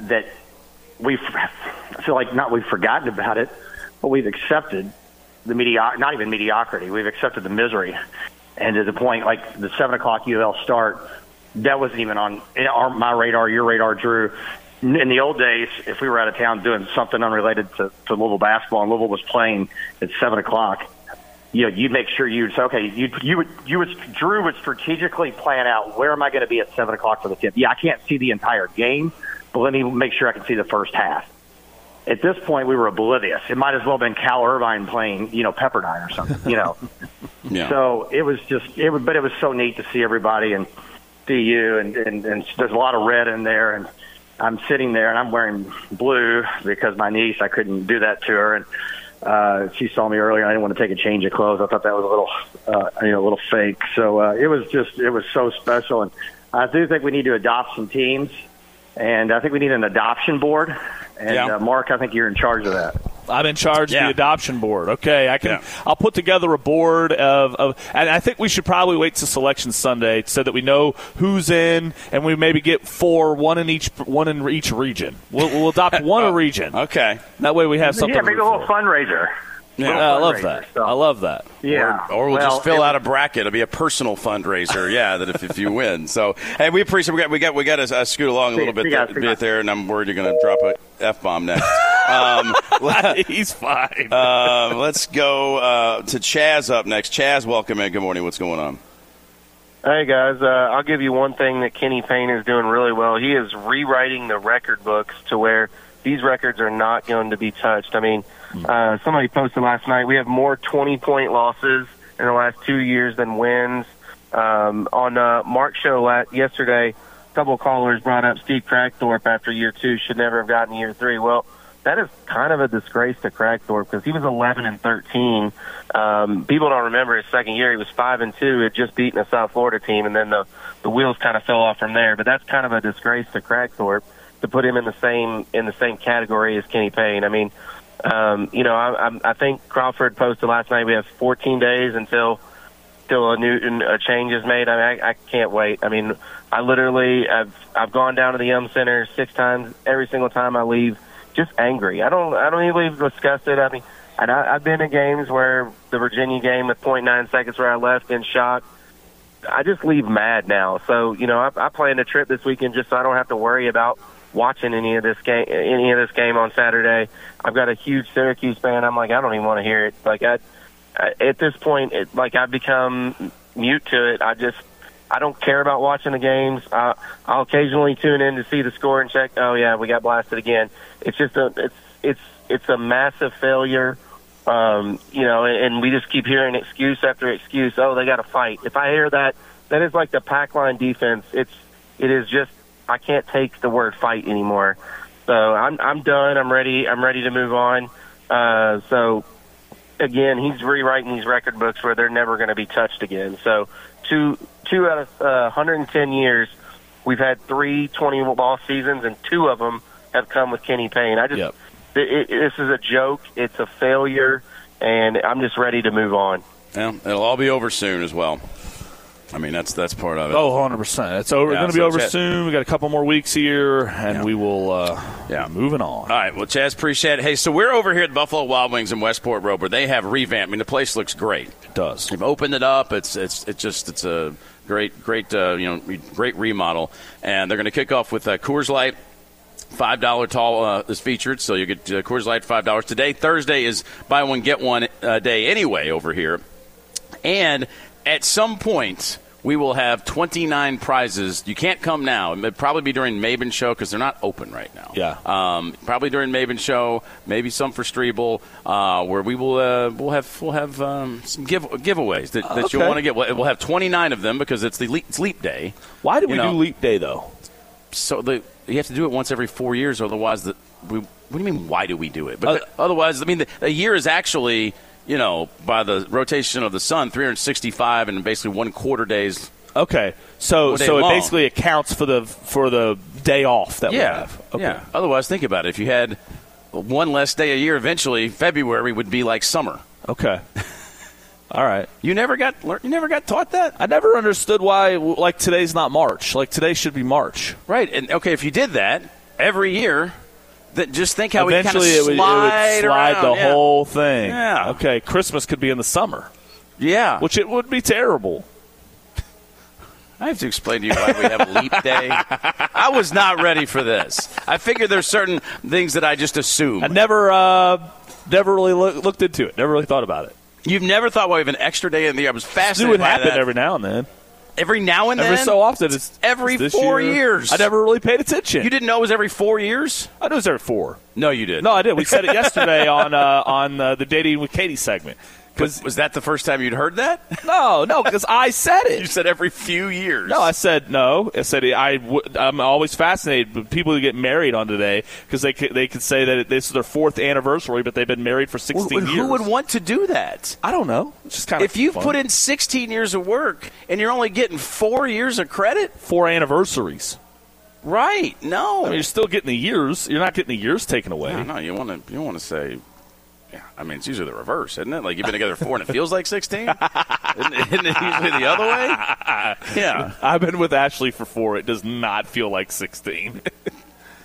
Speaker 6: that we've I feel like not we've forgotten about it, but we've accepted the medioc not even mediocrity. We've accepted the misery, and to the point like the seven o'clock UL start, that wasn't even on in our, my radar, your radar, Drew. N- In the old days, if we were out of town doing something unrelated to, to Louisville basketball, and Louisville was playing at seven o'clock, you know, you'd make sure you'd say, okay, you you would you would Drew would strategically plan out where am I going to be at seven o'clock for the tip. Yeah, I can't see the entire game, but let me make sure I can see the first half. At this point, we were oblivious. It might as well have been Cal Irvine playing, you know, Pepperdine or something, you know.
Speaker 2: Yeah.
Speaker 6: So it was just, it was, but it was so neat to see everybody and see you, and, and and there's a lot of red in there, and I'm sitting there and I'm wearing blue because my niece, I couldn't do that to her, and uh, she saw me earlier. and I didn't want to take a change of clothes. I thought that was a little, uh, you know, a little fake. So uh, it was just, it was so special, and I do think we need to adopt some teams, and I think we need an adoption board. And
Speaker 2: Yeah.
Speaker 6: uh, Mark, I think you're in charge of that.
Speaker 3: I'm in charge
Speaker 2: Yeah.
Speaker 3: of the adoption board. Okay, I can.
Speaker 2: Yeah.
Speaker 3: I'll put together a board of, of, and I think we should probably wait till selection Sunday so that we know who's in, and we maybe get four, one in each, one in each region. We'll, we'll adopt one a region.
Speaker 2: Okay.
Speaker 3: That way we have something.
Speaker 6: yeah,
Speaker 3: to
Speaker 6: maybe
Speaker 3: root
Speaker 6: a little
Speaker 3: for.
Speaker 6: fundraiser.
Speaker 3: Yeah, I love that. I love that.
Speaker 6: Yeah,
Speaker 2: Or we'll
Speaker 6: Well,
Speaker 2: just fill
Speaker 6: it-
Speaker 2: out a bracket. It'll be a personal fundraiser. Yeah, that if, if you win. So hey, we appreciate. We got we got we got to uh, scoot along a little bit,
Speaker 6: you guys.
Speaker 2: there, bit there, and I'm worried you're going to drop a f bomb next. Um, let-
Speaker 3: He's fine.
Speaker 2: uh, let's go uh, to Chaz up next. Chaz, welcome in. Good morning. What's going on?
Speaker 8: Hey guys, uh, I'll give you one thing that Kenny Payne is doing really well. He is rewriting the record books to where these records are not going to be touched. I mean, uh, somebody posted last night we have more 20 point losses in the last two years than wins. Um, on uh, Mark's show la- yesterday, a couple of callers brought up Steve Cragthorpe after year two should never have gotten year three. Well, that is kind of a disgrace to Cragthorpe because he was 11 and 13. Um, people don't remember his second year; he was five and two. Had just beaten a South Florida team, and then the the wheels kind of fell off from there. But that's kind of a disgrace to Cragthorpe to put him in the same in the same category as Kenny Payne. I mean, um, you know, I, I'm- I think Crawford posted last night. We have 14 days until till a new a change is made. I mean, I, I can't wait. I mean, I literally I've I've gone down to the Yum Center six times. Every single time I leave, just angry. I don't I don't even leave disgusted. I mean, and I, I've been in games where the Virginia game with .9 seconds where I left in shock. I just leave mad now. So you know, I, I plan a trip this weekend just so I don't have to worry about watching any of this game, any of this game on Saturday. I've got a huge Syracuse fan. I'm like, I don't even want to hear it. Like I, I at this point, it, like I've become mute to it. I just, I don't care about watching the games. I, I'll occasionally tune in to see the score and check. Oh yeah, we got blasted again. It's just a, it's, it's, it's a massive failure um, you know, and, and we just keep hearing excuse after excuse. Oh, they got to fight. If I hear that, that is like the pack line defense. It's it is just I can't take the word fight anymore. So I'm I'm done. I'm ready. I'm ready to move on. Uh, so again, he's rewriting these record books where they're never going to be touched again. So two two out of uh, 110 years, we've had three 20 ball seasons, and two of them have come with Kenny Payne. I just
Speaker 3: Yep.
Speaker 8: th- it, this is a joke. It's a failure, and I'm just ready to move on.
Speaker 2: Yeah, it'll all be over soon as well. I mean, that's that's part of it.
Speaker 3: Oh, 100 percent. It's over.
Speaker 2: Yeah,
Speaker 3: going to be
Speaker 2: so
Speaker 3: over
Speaker 2: it's it.
Speaker 3: soon. We got a couple more weeks here, and we will. Uh,
Speaker 2: Yeah.
Speaker 3: moving on.
Speaker 2: All right. Well, Chaz, appreciate it. Hey, so we're over here at Buffalo Wild Wings in Westport Road, where they have revamped. I mean, the place looks great.
Speaker 3: It does.
Speaker 2: They've opened it up. It's it's it's just it's a great great uh, you know re- great remodel, and they're going to kick off with uh, Coors Light. Five dollar tall uh, is featured, so you get uh, Coors Light five dollars today. Thursday is buy one get one uh, day anyway over here, and at some point, we will have 29 prizes. You can't come now. It'll probably be during Maven Show because they're not open right now.
Speaker 3: Yeah.
Speaker 2: Um, probably during Maven Show, maybe some for Strebel, uh, where we will uh, we'll have we'll have um, some give, giveaways that, that you'll
Speaker 3: Okay.
Speaker 2: want to get. We'll we'll have 29 of them because it's the leap, it's leap day.
Speaker 3: Why do
Speaker 2: You
Speaker 3: we
Speaker 2: know.
Speaker 3: do leap day though?
Speaker 2: So the, you have to do it once every four years, otherwise the we. What do you mean? Why do we do it?
Speaker 3: Uh,
Speaker 2: But otherwise, I mean, the, a year is actually you know by the rotation of the sun, 365 and basically one quarter days.
Speaker 3: Okay, so
Speaker 2: All day
Speaker 3: so
Speaker 2: long.
Speaker 3: it basically accounts for the for the day off that we
Speaker 2: yeah,
Speaker 3: have. Okay.
Speaker 2: yeah. Otherwise, think about it. If you had one less day a year, eventually February would be like summer.
Speaker 3: Okay. All right.
Speaker 2: You never got lear- you never got taught that.
Speaker 3: I never understood why like today's not March. Like today should be March.
Speaker 2: Right, and okay, if you did that every year, then just think how
Speaker 3: Eventually,
Speaker 2: we
Speaker 3: it would, it would slide
Speaker 2: kind of around.
Speaker 3: the
Speaker 2: yeah.
Speaker 3: whole thing.
Speaker 2: Yeah.
Speaker 3: Okay. Christmas could be in the summer,
Speaker 2: Yeah,
Speaker 3: which it would be terrible.
Speaker 2: I have to explain to you why we have leap day. I was not ready for this. I figure there's certain things that I just assume.
Speaker 3: I never uh, never really loo- looked into it. Never really thought about it.
Speaker 2: You've never thought, well, we have an extra day in the year. I was
Speaker 3: It
Speaker 2: fascinated
Speaker 3: would
Speaker 2: by
Speaker 3: happen
Speaker 2: that.
Speaker 3: every now and then.
Speaker 2: Every now and
Speaker 3: Every
Speaker 2: then.
Speaker 3: so often, it's
Speaker 2: every
Speaker 3: it's this
Speaker 2: four
Speaker 3: year.
Speaker 2: years.
Speaker 3: I never really paid attention.
Speaker 2: You didn't know it was every four years?
Speaker 3: I knew it was every four.
Speaker 2: No, you didn't.
Speaker 3: No, I did. We said it yesterday on uh, on uh, the dating with Katie segment.
Speaker 2: Was,
Speaker 3: Because
Speaker 2: was that the first time you'd heard that?
Speaker 3: no, no, because I said
Speaker 2: You
Speaker 3: it.
Speaker 2: said every few years.
Speaker 3: No, I said no. I said I. W- I'm always fascinated with people who get married on today because they could, they could say that this is their fourth anniversary, but they've been married for
Speaker 2: Well,
Speaker 3: 16 years.
Speaker 2: Who would want to do that?
Speaker 3: I don't know. It's just kind of
Speaker 2: If you've put in 16 years of work and you're only getting four years of credit,
Speaker 3: four anniversaries,
Speaker 2: right? No,
Speaker 3: I mean, you're still getting the years. You're not getting the years taken away.
Speaker 2: No, no, you want to you want to say. Yeah, I mean, it's usually the reverse, isn't it? Like you've been together four and it feels like sixteen. isn't, it- isn't it usually the other way? Yeah,
Speaker 3: I've been with Ashley for four. It does not feel like 16.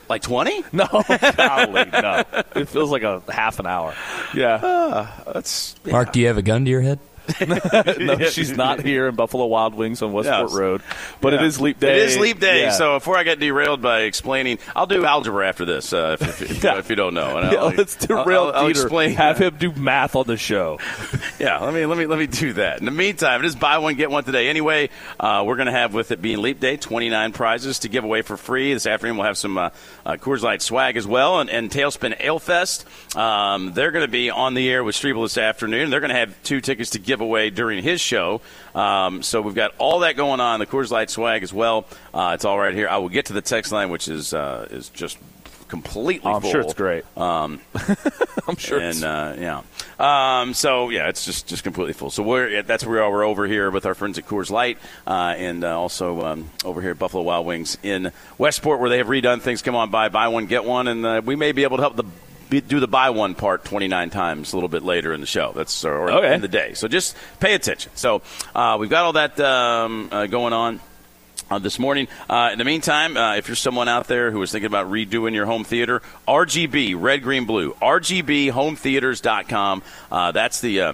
Speaker 2: like twenty.
Speaker 3: No, golly, no. It feels like a half an hour. Yeah.
Speaker 2: Ah, That's
Speaker 7: Mark, do you have a gun to your head?
Speaker 3: No, she's not here in Buffalo Wild Wings on Westport
Speaker 2: Yes.
Speaker 3: Road, but it
Speaker 2: Yeah.
Speaker 3: is leap day.
Speaker 2: It is leap day.
Speaker 3: Yeah.
Speaker 2: So before I get derailed by explaining, I'll do algebra after this. Uh, if, if, if,
Speaker 3: Yeah.
Speaker 2: if you don't know, and
Speaker 3: Yeah,
Speaker 2: I'll-
Speaker 3: let's
Speaker 2: I'll-
Speaker 3: derail
Speaker 2: I'll, I'll
Speaker 3: Dieter.
Speaker 2: explain.
Speaker 3: Have him do math on the show.
Speaker 2: Yeah, let me let me let me do that. In the meantime, just buy one get one today. Anyway, uh, we're going to have with it being Leap Day, twenty nine prizes to give away for free this afternoon. We'll have some uh, uh, Coors Light swag as well, and, and Tailspin Ale Fest. Um, they're going to be on the air with Strebel this afternoon. They're going to have two tickets to give away during his show. Um, so we've got all that going on. The Coors Light swag as well. Uh, it's all right here. I will get to the text line, which is uh, is just completely.
Speaker 3: Oh, I'm
Speaker 2: full.
Speaker 3: sure it's great.
Speaker 2: Um,
Speaker 3: I'm sure.
Speaker 2: and
Speaker 3: it's,
Speaker 2: uh, yeah, um, so yeah, it's just just completely full. So we're yeah, that's where we are. we're over here with our friends at Coors Light, uh, and uh, also um, over here at Buffalo Wild Wings in Westport, where they have redone things. Come on by, buy one get one, and uh, we may be able to help the be- do the buy one part 29 times a little bit later in the show. That's or
Speaker 3: Okay.
Speaker 2: in the day. So just pay attention. So uh, we've got all that um, uh, going on uh, this morning. Uh, in the meantime, uh, if you're someone out there who is thinking about redoing your home theater, RGB, red, green, blue, RGBHomeTheaters.com. Uh, that's the. Uh,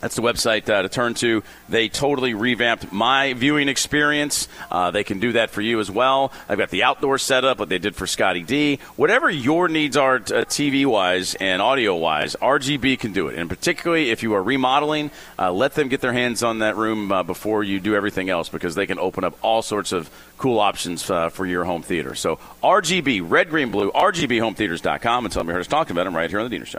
Speaker 2: that's the website uh, to turn to. They totally revamped my viewing experience. Uh, they can do that for you as well. I've got the outdoor setup, what they did for Scotty D. Whatever your needs are t- uh, TV wise and audio wise, RGB can do it. And particularly if you are remodeling, uh, let them get their hands on that room uh, before you do everything else because they can open up all sorts of cool options uh, for your home theater. So RGB, red, green, blue, RGBHomeTheaters.com and tell them you heard us talking about them right here on the Diener Show.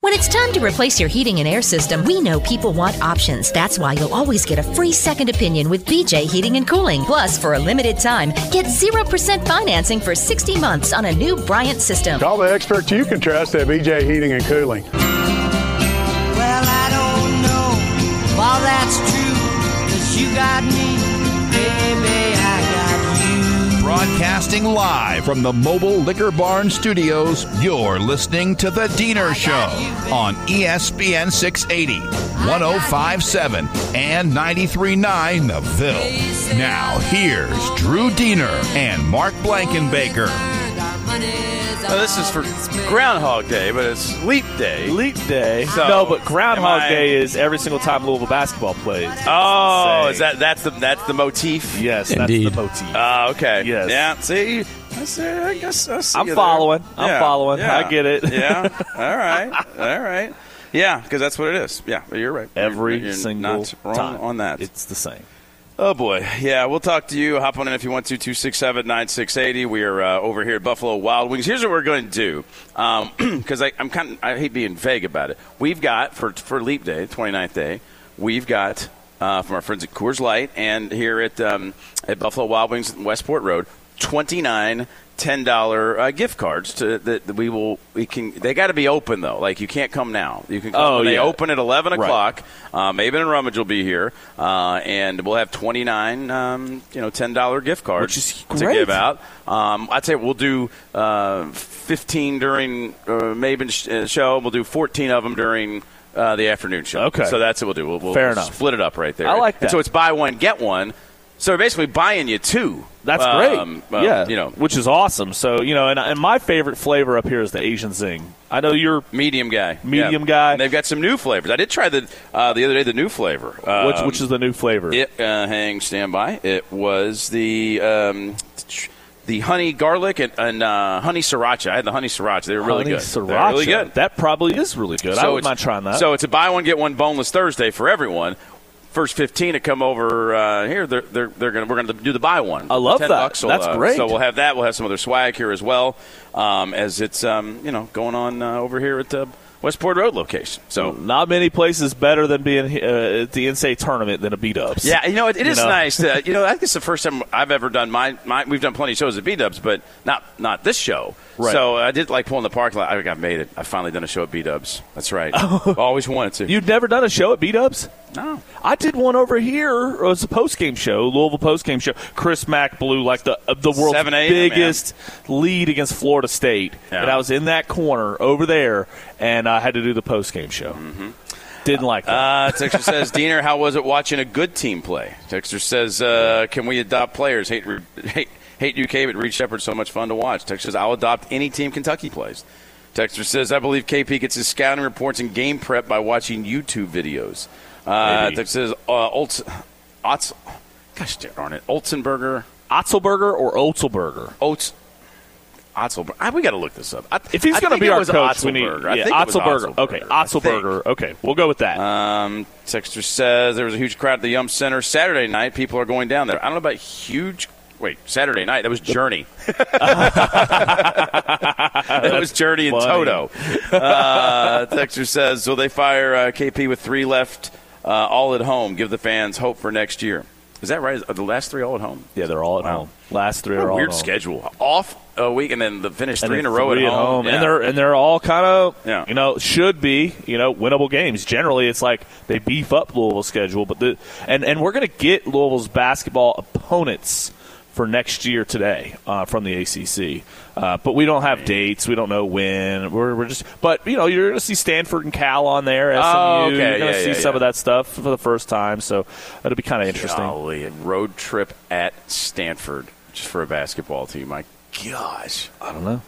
Speaker 9: When it's time
Speaker 7: time to replace your heating and air system, we know people want options. That's why you'll always get a free second opinion with BJ Heating and Cooling. Plus, for a limited time, get 0% financing for 60 months on a new Bryant system.
Speaker 10: Call the experts you can trust at BJ Heating and Cooling.
Speaker 11: Well, I don't know while that's true, 'cause you got me, baby, I got you.
Speaker 1: Broadcasting live from the Mobile Liquor Barn Studios, you're listening to The Diener Show on E ESPN 680, 1057, and 939 The Ville. Now, here's Drew Diener and Mark Blankenbaker.
Speaker 2: Now, this is for Groundhog Day, but it's Leap Day.
Speaker 3: Leap Day.
Speaker 2: uh, So,
Speaker 3: no, but Groundhog
Speaker 2: am I-
Speaker 3: Day is every single time Louisville basketball plays.
Speaker 2: Oh, is that that's the that's the motif?
Speaker 3: Yes, that's the Indeed. motif.
Speaker 2: Ah, okay.
Speaker 3: Yes.
Speaker 2: Yeah. See, I see, I guess I see
Speaker 3: I'm
Speaker 2: you there.
Speaker 3: following. I'm
Speaker 2: Yeah,
Speaker 3: following.
Speaker 2: yeah.
Speaker 3: I get it.
Speaker 2: Yeah. All right. All right. Yeah, because that's what it is. Yeah, you're right.
Speaker 3: Every
Speaker 2: You're- you're
Speaker 3: single
Speaker 2: not wrong
Speaker 3: time.
Speaker 2: on that.
Speaker 3: It's the same.
Speaker 2: Oh boy, yeah. We'll talk to you. Hop on in if you want to. Two six seven nine six eighty. We are uh, over here at Buffalo Wild Wings. Here's what we're going to do, because I I'm kind of I hate being vague about it. We've got for for Leap Day, 29th day, we've got uh, from our friends at Coors Light and here at um, at Buffalo Wild Wings in Westport Road, 29 ten dollar uh, gift cards to that that we will we can they got to be open though. Like you can't come now. You can come
Speaker 3: Oh,
Speaker 2: when they
Speaker 3: yeah.
Speaker 2: open at 11
Speaker 3: Right.
Speaker 2: o'clock. Uh, Maven and Rummage will be here, uh, and we'll have twenty nine, um, you know, ten dollar gift cards to
Speaker 3: great.
Speaker 2: give out. Um, I'd say we'll do uh, fifteen during uh, Maven's sh- uh, show. We'll do fourteen of them during. Uh, the afternoon show.
Speaker 3: Okay.
Speaker 2: so that's what we'll do. We'll, we'll
Speaker 3: Fair enough.
Speaker 2: split it up right there.
Speaker 3: I like
Speaker 2: And
Speaker 3: that.
Speaker 2: so it's buy one get one. So we're basically buying you two.
Speaker 3: That's
Speaker 2: Um,
Speaker 3: great.
Speaker 2: uh,
Speaker 3: yeah,
Speaker 2: you know,
Speaker 3: which is awesome. So you know, and, and my favorite flavor up here is the Asian zing. I know you're
Speaker 2: medium guy,
Speaker 3: medium
Speaker 2: Yeah.
Speaker 3: guy.
Speaker 2: And they've got some new flavors. I did try the uh, the other day the new flavor,
Speaker 3: which
Speaker 2: Um,
Speaker 3: which is the new flavor?
Speaker 2: It, uh, hang, stand by. It was the um, the honey garlic and, and uh, honey sriracha. I had the honey sriracha. They were really
Speaker 3: Honey
Speaker 2: good. They were
Speaker 3: Sriracha.
Speaker 2: really good.
Speaker 3: That probably is really good. I would
Speaker 2: it's-
Speaker 3: not trying that.
Speaker 2: So it's a buy one get one boneless Thursday for everyone. First fifteen to come over uh, here. They're, they're, they're gonna we're gonna do the buy one.
Speaker 3: I love
Speaker 2: 10
Speaker 3: that.
Speaker 2: bucks will,
Speaker 3: That's
Speaker 2: uh,
Speaker 3: great.
Speaker 2: So we'll have that. We'll have some other swag here as well, um, as it's um, you know going on uh, over here at the Westport Road location. So
Speaker 3: not many places better than being uh, at the NSA tournament than a beat ups.
Speaker 2: Yeah, you know, it, it
Speaker 3: You
Speaker 2: is
Speaker 3: know?
Speaker 2: nice. To, you know, I think it's the first time I've ever done my, my we've done plenty of shows at B Dubs, but not not this show.
Speaker 3: Right.
Speaker 2: So uh, I did like pull in the park lot. I think I made it. I finally done a show at B Dubs. That's right. Always wanted to.
Speaker 3: You've never done a show at beat ups?
Speaker 2: no.
Speaker 3: I did one over here. It was a post game show, Louisville post game show. Chris Mack blew like the uh, the world's
Speaker 2: 7-8,
Speaker 3: biggest lead against Florida State,
Speaker 2: Yeah.
Speaker 3: and I was in that corner over there, and I had to do the post game show.
Speaker 2: Mm-hmm.
Speaker 3: Didn't like that.
Speaker 2: Uh, Texter says, Diener, how was it watching a good team play? Texter says, uh, can we adopt players? Hate, hate, hate UK, but Reed Shepard's so much fun to watch. Texter says, I'll adopt any team Kentucky plays. Texter says, I believe KP gets his scouting reports and game prep by watching YouTube videos. Uh,
Speaker 3: Maybe.
Speaker 2: Texter says, uh, Olts, Ots, gosh darn it, Olsenberger,
Speaker 3: Otzelberger or Otzelberger?
Speaker 2: Oats. Otzelberger. I, we got to look this up. I,
Speaker 3: If he's
Speaker 2: I
Speaker 3: going to
Speaker 2: think
Speaker 3: be
Speaker 2: it
Speaker 3: our
Speaker 2: was
Speaker 3: coach, we need
Speaker 2: Otzelberger. I
Speaker 3: yeah,
Speaker 2: think it was
Speaker 3: Otzelberger. Okay,
Speaker 2: I think.
Speaker 3: Otzelberger. Okay, we'll go with that.
Speaker 2: Um, Texter says there was a huge crowd at the Yum Center Saturday night. People are going down there. I don't know about huge. Wait, Saturday night. That was Journey. that was Journey and
Speaker 3: funny.
Speaker 2: Toto. Uh, Texter says, "Will they fire uh, KP with three left, uh, all at home? Give the fans hope for next year." Is that right? Are the last three all at home?
Speaker 3: yeah, they're all at
Speaker 2: Wow.
Speaker 3: home. Last three
Speaker 2: What
Speaker 3: are
Speaker 2: a
Speaker 3: all
Speaker 2: weird
Speaker 3: at home.
Speaker 2: schedule. Off a week and then the finish
Speaker 3: And
Speaker 2: three
Speaker 3: then
Speaker 2: in a row
Speaker 3: three
Speaker 2: at home. Yeah.
Speaker 3: and they're and they're all kind of
Speaker 2: Yeah.
Speaker 3: you know should be you know winnable games. Generally, it's like they beef up Louisville's schedule, but the and and we're going to get Louisville's basketball opponents for next year today uh, from the ACC, uh, but we don't have dates. We don't know when. We're, we're just but you know you're going to see Stanford and Cal on there. SMU,
Speaker 2: Oh, okay.
Speaker 3: You're going
Speaker 2: Yeah,
Speaker 3: to see
Speaker 2: yeah,
Speaker 3: some
Speaker 2: yeah.
Speaker 3: of that stuff for the first time, so it'll be kind of interesting.
Speaker 2: Golly, a road trip at Stanford just for a basketball team. My gosh,
Speaker 3: I don't know.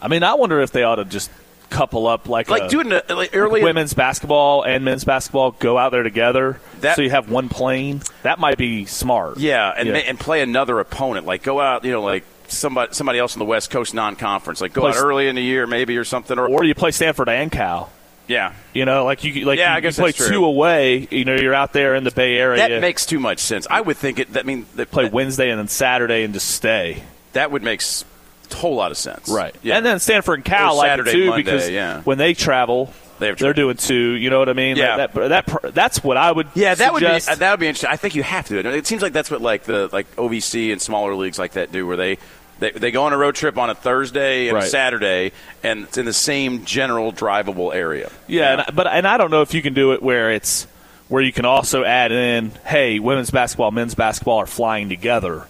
Speaker 3: I mean, I wonder if they ought to just couple up uh, like
Speaker 2: like
Speaker 3: a-
Speaker 2: doing it like early.
Speaker 3: women's basketball and men's basketball go out there together
Speaker 2: That-
Speaker 3: so you have one plane that might be smart
Speaker 2: yeah, and
Speaker 3: Yeah.
Speaker 2: ma- and play another opponent. Like go out, you know, like somebody somebody else in the West Coast non-conference. Like go
Speaker 3: Play
Speaker 2: out
Speaker 3: s-
Speaker 2: early in the year, maybe or something. Or,
Speaker 3: or you play stanford and cal
Speaker 2: yeah,
Speaker 3: you know like you like
Speaker 2: Yeah,
Speaker 3: you,
Speaker 2: I guess
Speaker 3: you play
Speaker 2: that's true.
Speaker 3: two away you know you're out there in the bay area
Speaker 2: that makes too much sense. I would think it. That I mean that
Speaker 3: play wednesday and then saturday and just stay
Speaker 2: that would make s- a whole lot of sense. Yeah,
Speaker 3: and then stanford and cal
Speaker 2: Or
Speaker 3: like it
Speaker 2: Saturday,
Speaker 3: too
Speaker 2: Monday,
Speaker 3: because
Speaker 2: yeah.
Speaker 3: when they travel
Speaker 2: They have
Speaker 3: They're doing two. You know what I mean?
Speaker 2: Yeah.
Speaker 3: Like that, that, pr- that's what I would.
Speaker 2: Yeah, that
Speaker 3: suggest.
Speaker 2: would be that would be interesting. I think you have to. It seems like that's what like the like OVC and smaller leagues like that do, where they they, they go on a road trip on a Thursday and a
Speaker 3: Right.
Speaker 2: Saturday, and it's in the same general drivable area.
Speaker 3: Yeah, and I but and I don't know if you can do it where it's where you can also add in, hey, women's basketball, men's basketball are flying together,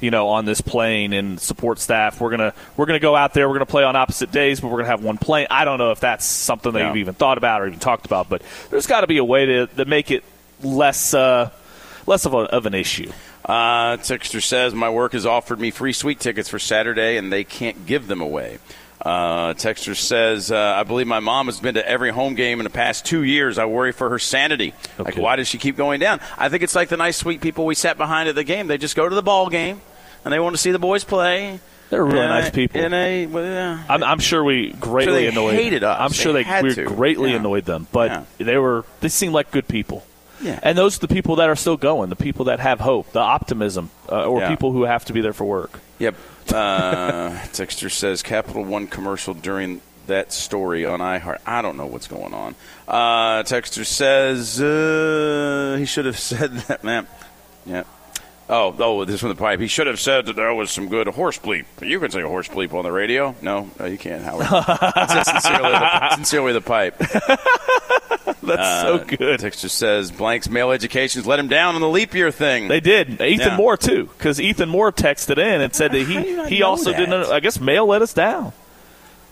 Speaker 3: you know, on this plane and support staff. We're gonna we're gonna go out there. We're gonna play on opposite days, but we're gonna have one plane. I don't know if that's something that
Speaker 2: Yeah.
Speaker 3: you've even thought about or even talked about, but there's got to be a way to, to make it less uh, less of, a, of an issue.
Speaker 2: Uh, Texter says my work has offered me free suite tickets for Saturday, and they can't give them away. Uh, Texter says uh, I believe my mom has been to every home game in the past two years. I worry for her sanity. Like, why does she keep going down? I think it's like the nice, sweet people we sat behind at the game. They just go to the ball game, and they want to see the boys play.
Speaker 3: They're really
Speaker 2: And
Speaker 3: nice
Speaker 2: I-
Speaker 3: people.
Speaker 2: And they, well, yeah.
Speaker 3: I'm, I'm sure we greatly
Speaker 2: they
Speaker 3: annoyed.
Speaker 2: hated us.
Speaker 3: I'm sure
Speaker 2: They
Speaker 3: they,
Speaker 2: had
Speaker 3: we
Speaker 2: to.
Speaker 3: greatly
Speaker 2: Yeah.
Speaker 3: annoyed them, but they were they seemed like good people.
Speaker 2: Yeah.
Speaker 3: And those are the people that are still going, the people that have hope, the optimism, uh, or
Speaker 2: Yeah.
Speaker 3: people who have to be there for work.
Speaker 2: Yep. Uh, Texter says Capital One commercial during that story on iHeart. I don't know what's going on. Uh, Texter says uh, he should have said that, man. Yeah. Oh, oh, this from the pipe. He should have said that there was some good horse bleep. You can say horse bleep on the radio. No, no, you can't, Howard. That's sincerely the, sincerely the pipe. Uh,
Speaker 3: That's so good.
Speaker 2: Texter says Blank's male educations let him down on the leap year thing.
Speaker 3: They did. Ethan
Speaker 2: Yeah.
Speaker 3: Moore too, because Ethan Moore texted in and said that he he also didn't. I guess mail let us down.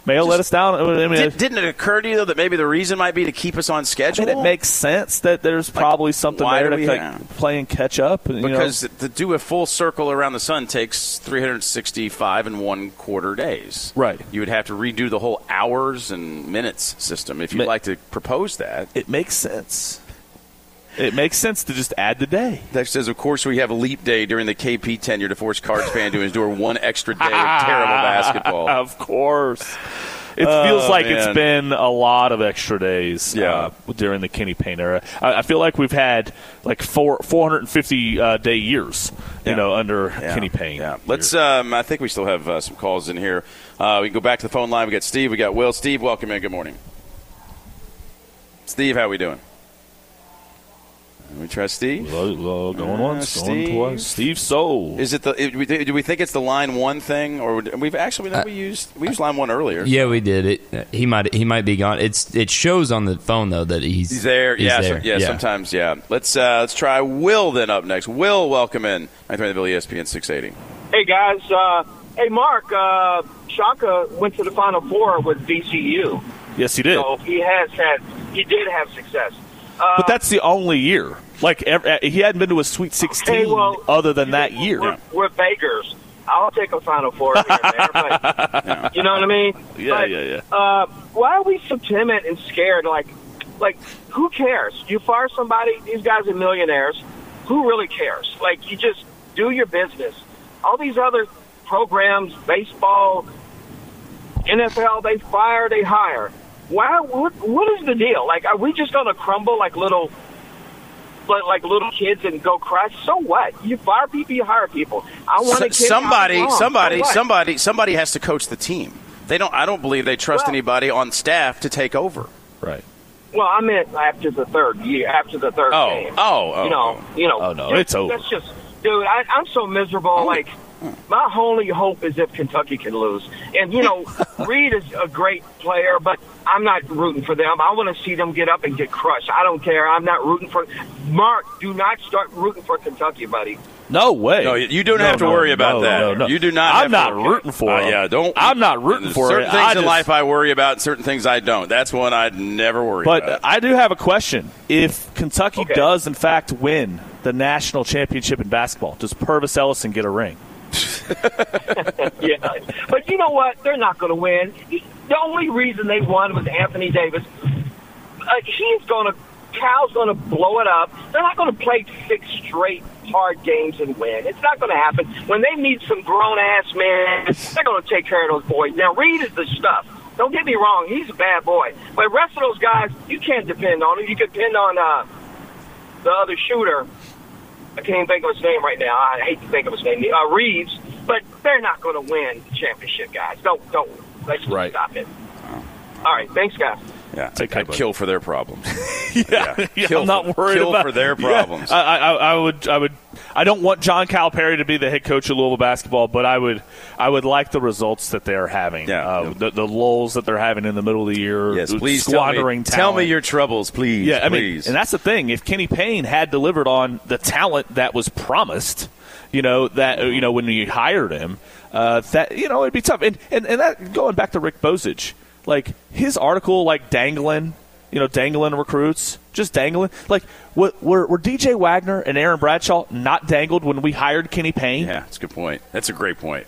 Speaker 3: Mail let us down. I mean,
Speaker 2: Did, not it occur to you though that maybe the reason might be to keep us on schedule?
Speaker 3: and it makes sense that there's probably something
Speaker 2: why
Speaker 3: there
Speaker 2: do
Speaker 3: to
Speaker 2: we-
Speaker 3: like,
Speaker 2: yeah.
Speaker 3: play and catch up. and, you know.
Speaker 2: because to do a full circle around the sun takes 365 and one quarter days.
Speaker 3: Right.
Speaker 2: You would have to redo the whole hours and minutes system if you'd
Speaker 3: Ma-
Speaker 2: like to propose that.
Speaker 3: it makes sense. It makes sense to just add the day.
Speaker 2: That says, of course, we have a leap day during the KP tenure to force Cards fan to endure one extra day of terrible basketball.
Speaker 3: Of course. It
Speaker 2: Ah, Oh,
Speaker 3: feels like
Speaker 2: man.
Speaker 3: it's been a lot of extra days
Speaker 2: Yeah.
Speaker 3: uh, during the Kenny Payne era. I, I feel like we've had like four 450 uh, day years,
Speaker 2: Yeah.
Speaker 3: you know, under
Speaker 2: Yeah.
Speaker 3: Kenny Payne.
Speaker 2: Yeah.
Speaker 3: uh,
Speaker 2: Let's. Um, I think we still have uh, some calls in here. Uh, we can go back to the phone line. We got Steve. We got Will. Steve, welcome in. Good morning. Steve, how we doing? We try Steve.
Speaker 3: going
Speaker 2: once,
Speaker 3: once,
Speaker 2: going
Speaker 3: going
Speaker 2: Steve. twice.
Speaker 3: twice. Uh, Steve Soul.
Speaker 2: Is it the? it- we- Do we think it's the line one thing, or would- we've actually we, know we used we used line one earlier?
Speaker 12: Yeah, we did it. He might he might be gone. It's it shows on the phone though that he's,
Speaker 2: He's there.
Speaker 12: he's
Speaker 2: yeah, so-
Speaker 12: there.
Speaker 2: yeah, Sometimes, yeah. Let's uh, let's try Will then up next. Will, welcome in. I think Bill E ESPN six eighty.
Speaker 13: Hey guys, uh, hey Mark, uh, Shaka went to the Final Four with VCU,
Speaker 3: Yes, he did.
Speaker 13: so he has had he did have success. Uh,
Speaker 3: but that's the only year. Like, ev- uh, he hadn't been to a Sweet 16
Speaker 13: Okay, well,
Speaker 3: other than that year.
Speaker 13: we're, we're beggars. I'll take a Final Four here and there, but you know what I mean.
Speaker 3: Yeah,
Speaker 13: But,
Speaker 3: yeah, yeah.
Speaker 13: Uh, why are we so timid and scared? Like, like who cares? You fire somebody; these guys are millionaires. Who really cares? Like, you just do your business. All these other programs, baseball, NFL, they fire, they hire. Why? What, what is the deal? Like, are we just going to crumble like little, like, like little kids and go cry? So what? You fire people, you hire people. I want to
Speaker 2: somebody, somebody,
Speaker 13: so what?
Speaker 2: somebody, somebody has to coach the team. They don't. I don't believe they trust anybody on staff to take over.
Speaker 3: Right.
Speaker 13: Well, I meant after the third year, after the third
Speaker 2: Oh,
Speaker 13: game.
Speaker 2: oh, oh,
Speaker 13: you know, you know.
Speaker 3: Oh, no,
Speaker 13: just-
Speaker 3: it's over. Oh,
Speaker 13: That's just, dude. I, I'm so miserable. Like, my only hope is if Kentucky can lose. And you know, Reed is a great player, but I'm not rooting for them. I want to see them get up and get crushed. I don't care. I'm not rooting for. Mark, do not start rooting for Kentucky, buddy.
Speaker 3: No way.
Speaker 2: No, you don't
Speaker 3: No,
Speaker 2: have to
Speaker 3: no,
Speaker 2: worry about
Speaker 3: no,
Speaker 2: that.
Speaker 3: no, no.
Speaker 2: You do not.
Speaker 3: I'm
Speaker 2: have to-
Speaker 3: not rooting for
Speaker 2: Uh,
Speaker 3: it.
Speaker 2: yeah, don't.
Speaker 3: I'm not rooting for
Speaker 2: certain
Speaker 3: it.
Speaker 2: things
Speaker 3: I
Speaker 2: in
Speaker 3: just-
Speaker 2: life I worry about. Certain things I don't. That's one I'd never worry
Speaker 3: But
Speaker 2: about.
Speaker 3: I do have a question. If Kentucky does, in fact, win the national championship in basketball, does Purvis Ellison get a ring?
Speaker 13: yeah. But you know what? They're not going to win. The only reason they won was Anthony Davis. Uh, he's going to, Cal's going to blow it up. They're not going to play six straight hard games and win. It's not going to happen. When they meet some grown ass men, they're going to take care of those boys. Now, Reed is the stuff. Don't get me wrong. He's a bad boy. But the rest of those guys, you can't depend on them. You can depend on uh, the other shooter. I can't think of his name right now. I hate to think of his name. Uh, Reeves, but they're not going to win the championship, guys. Don't don't let's just
Speaker 3: Right.
Speaker 13: stop it. All right, thanks, guys.
Speaker 2: Yeah,
Speaker 3: Take
Speaker 2: I'd,
Speaker 3: care
Speaker 2: I'd
Speaker 3: of it.
Speaker 2: kill for their problems.
Speaker 3: yeah, yeah,
Speaker 2: Kill
Speaker 3: I'm not
Speaker 2: for-
Speaker 3: worried
Speaker 2: kill
Speaker 3: about
Speaker 2: for their
Speaker 3: Yeah,
Speaker 2: problems.
Speaker 3: I, I, I would, I would, I don't want John Calipari to be the head coach of Louisville basketball, but I would, I would like the results that they are having. Yeah, uh, The, the lulls that they're having in the middle of the year.
Speaker 2: Yes,
Speaker 3: the
Speaker 2: please tell me-
Speaker 3: squandering
Speaker 2: tell me
Speaker 3: talent.
Speaker 2: your troubles, please.
Speaker 3: Yeah, I
Speaker 2: please.
Speaker 3: mean, and that's the thing. If Kenny Payne had delivered on the talent that was promised, you know that uh, you know when you hired him, uh, that you know it'd be tough. And and and that going back to Rick Bozich, like his article, like dangling, you know, dangling recruits, just dangling. Like were were, were DJ Wagner and Aaron Bradshaw not dangled when we hired Kenny Payne?
Speaker 2: Yeah, that's a good point. That's a great point.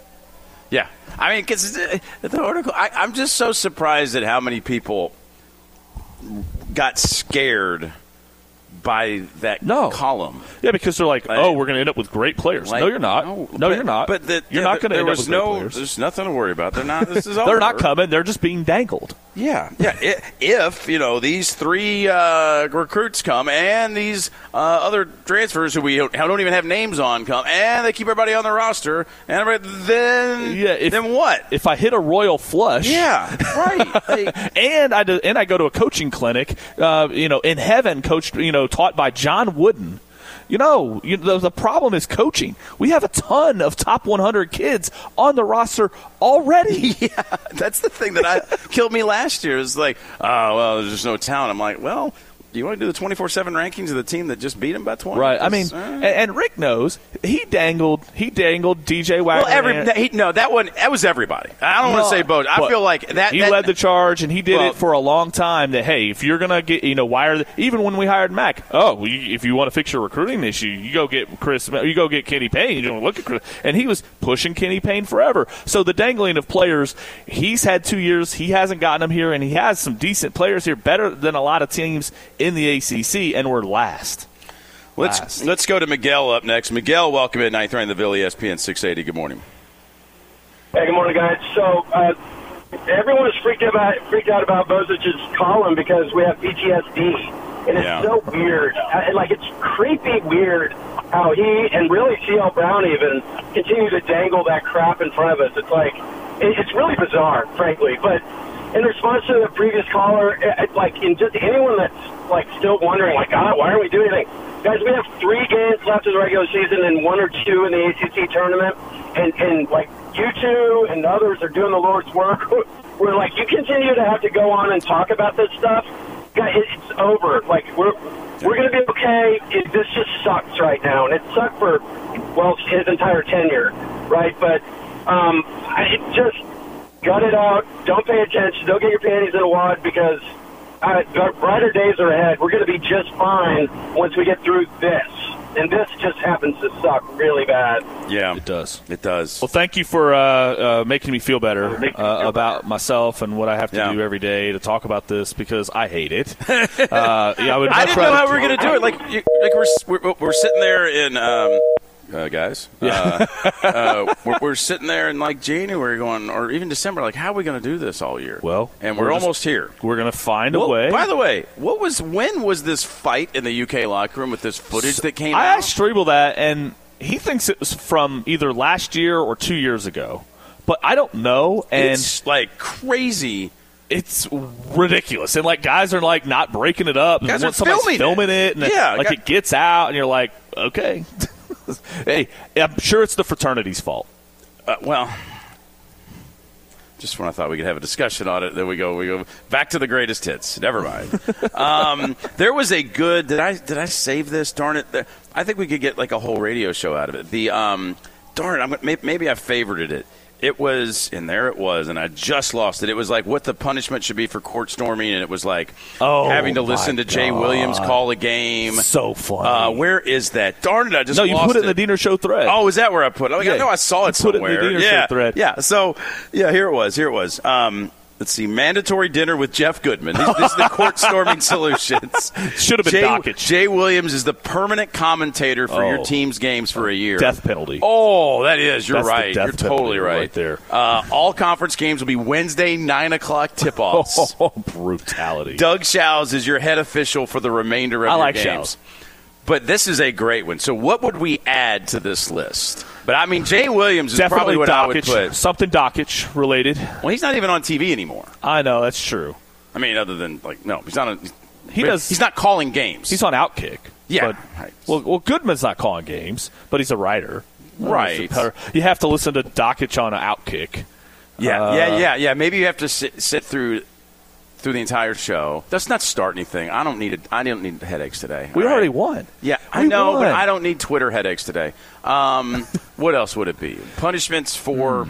Speaker 2: Yeah, I mean, because the, the article, I, I'm just so surprised at how many people got scared by that
Speaker 3: No.
Speaker 2: column.
Speaker 3: Yeah, because they're like, oh, we're going to end up with great players.
Speaker 2: Like,
Speaker 3: no, you're not.
Speaker 2: no,
Speaker 3: No,
Speaker 2: but-
Speaker 3: you're not.
Speaker 2: but the-
Speaker 3: you're
Speaker 2: yeah,
Speaker 3: not going to
Speaker 2: there
Speaker 3: end up
Speaker 2: was
Speaker 3: with
Speaker 2: no-
Speaker 3: great players.
Speaker 2: there's nothing to worry about. They're not. This is
Speaker 3: they're not
Speaker 2: over.
Speaker 3: coming. They're just being dangled.
Speaker 2: Yeah, yeah. i- If you know these three uh, recruits come, and these uh, other transfers who we don't don't even have names on come, and they keep everybody on the roster, and everybody, then
Speaker 3: Yeah. If,
Speaker 2: then what?
Speaker 3: If I hit a royal flush,
Speaker 2: Yeah, right.
Speaker 3: and I do, and I go to a coaching clinic, uh, you know, in heaven, coached, you know, taught by John Wooden. You know, you, the, the problem is coaching. We have a ton of top 100 kids on the roster already.
Speaker 2: Yeah, that's the thing that I killed me last year. Is like, oh well, there's just no talent. I'm like, well, do you want to do the 24/7 rankings of the team that just beat them by 20?
Speaker 3: Right. I mean, eh,
Speaker 2: Just, uh,
Speaker 3: and, and Rick knows he dangled. He dangled DJ Wagner.
Speaker 2: well, every
Speaker 3: and-
Speaker 2: that- he, no, that one that was everybody. I don't want
Speaker 3: eh, No,
Speaker 2: to say both. I
Speaker 3: but
Speaker 2: feel like that.
Speaker 3: he
Speaker 2: that-
Speaker 3: led the charge and he did
Speaker 2: Well-
Speaker 3: it for a long time. That hey, if you're gonna get you know wire the, even when we hired Mac, oh, well, you, if you want to fix your recruiting issue, you go get Chris, you go get Kenny Payne. You don't look at Chris, and he was pushing Kenny Payne forever. So the dangling of players, he's had two years, he hasn't gotten them here, and he has some decent players here, better than a lot of teams in the ACC, and we're last.
Speaker 2: Let's
Speaker 3: last.
Speaker 2: let's go to Miguel up next. Miguel, welcome at 9th round the E Ville ESPN 680. Good morning.
Speaker 14: Hey, good morning, guys. So uh, everyone is freaked about freaked out about Bozich's column because we have PTSD, and it's
Speaker 2: Yeah.
Speaker 14: so weird. I, like it's creepy weird how he and really CL Brown even continue to dangle that crap in front of us. It's like it, it's really bizarre, frankly. But in response to the previous caller, i I- like in just anyone that's like still wondering, like God, why aren't we doing anything? Guys, we have three games left of the regular season and one or two in the ACC tournament, and and like you two and others are doing the Lord's work. We're like, you continue to have to go on and talk about this stuff. Guys, it- it's over. Like we're we're gonna be okay. It, this just sucks right now, and it sucked for well his entire tenure, right? But um, I it just gut it out. Don't pay attention. Don't get your panties in a wad because uh, our brighter days are ahead. We're going to be just fine once we get through this. And this just happens to suck really bad.
Speaker 2: Yeah,
Speaker 3: it does.
Speaker 2: It does.
Speaker 3: Well, thank you for uh, uh, making me feel better uh, about myself and what I have to do every day to talk about this because I hate it. uh, yeah, I, would
Speaker 2: I
Speaker 3: much
Speaker 2: didn't know
Speaker 3: rather-
Speaker 2: how we were going to do it. Like, you, like we're, s- we're we're sitting there in, um, uh, guys. Uh, uh, we're, we're sitting there in like January, going, or even December. Like, how are we going to do this all year?
Speaker 3: Well,
Speaker 2: and we're,
Speaker 3: we're just-
Speaker 2: almost here.
Speaker 3: we're going to find a
Speaker 2: Well,
Speaker 3: way.
Speaker 2: By the way, what was when was this fight in the UK locker room with this footage that came
Speaker 3: I
Speaker 2: out?
Speaker 3: asked Strebel that, and he thinks it was from either last year or two years ago, but I don't know. And
Speaker 2: It's, like crazy.
Speaker 3: It's ridiculous, and like guys are like not breaking it up.
Speaker 2: Guys
Speaker 3: and
Speaker 2: are
Speaker 3: when somebody's
Speaker 2: filming it.
Speaker 3: filming it, and
Speaker 2: Yeah,
Speaker 3: like
Speaker 2: guy-
Speaker 3: it gets out, and you're like, okay, hey, I'm sure it's the fraternity's fault.
Speaker 2: Uh, well, just when I thought we could have a discussion on it, there we go. We go back to the greatest hits. Never mind. um, there was a good. Did I did I save this? Darn it! There- I think we could get like a whole radio show out of it. The um, darn it! I'm, gonna- may- maybe I favorited it. It was, and there it was, and I just lost it. It was like what the punishment should be for court storming, and it was like
Speaker 3: Oh,
Speaker 2: having to
Speaker 3: my
Speaker 2: listen to Jay
Speaker 3: God.
Speaker 2: Williams call a game.
Speaker 3: So funny.
Speaker 2: Uh, where is that? Darn it! I just
Speaker 3: no, you
Speaker 2: lost
Speaker 3: put it in the Diener Show thread.
Speaker 2: Oh, is that where I put it? Like, I
Speaker 3: Yeah.
Speaker 2: know I saw
Speaker 3: You
Speaker 2: it
Speaker 3: put it in the
Speaker 2: somewhere.
Speaker 3: dinner
Speaker 2: yeah,
Speaker 3: show thread.
Speaker 2: yeah. So, yeah, here it was. Here it was. Um, let's see. Mandatory dinner with Jeff Goodman. This, this is the court storming solutions.
Speaker 3: Should have been
Speaker 2: Jay,
Speaker 3: docket.
Speaker 2: Jay Williams is the permanent commentator for your
Speaker 3: Oh.
Speaker 2: team's games for a year.
Speaker 3: Death penalty.
Speaker 2: Oh, that is. You're
Speaker 3: That's the
Speaker 2: right.
Speaker 3: death
Speaker 2: You're totally
Speaker 3: penalty right
Speaker 2: right.
Speaker 3: there.
Speaker 2: Uh, all conference games will be Wednesday nine o'clock tip offs.
Speaker 3: Oh, brutality.
Speaker 2: Doug Shouse is your head official for the remainder of
Speaker 3: I
Speaker 2: your
Speaker 3: like
Speaker 2: games.
Speaker 3: Shouse.
Speaker 2: But this is a great one. So what would we add to this list? But I mean, Jay Williams is probably what I would
Speaker 3: Dockage.
Speaker 2: put.
Speaker 3: Something Dockage related.
Speaker 2: Well, he's not even on TV anymore.
Speaker 3: I know that's true.
Speaker 2: I mean, other than like, no, he's not. A,
Speaker 3: He does.
Speaker 2: He's not calling games.
Speaker 3: He's on Outkick.
Speaker 2: Yeah,
Speaker 3: But, Well, well, Goodman's not calling games, but he's a writer.
Speaker 2: Right.
Speaker 3: You have to listen to Dockich on Outkick.
Speaker 2: Yeah,
Speaker 3: Uh,
Speaker 2: yeah, yeah, yeah. Maybe you have to sit, sit through through the entire show. Let's not start anything. I don't need it. I don't need headaches today.
Speaker 3: We already won.
Speaker 2: Yeah, I
Speaker 3: We
Speaker 2: know, but
Speaker 3: won.
Speaker 2: I don't need Twitter headaches today. Um, what else would it be? Punishments
Speaker 3: Hmm.
Speaker 2: for.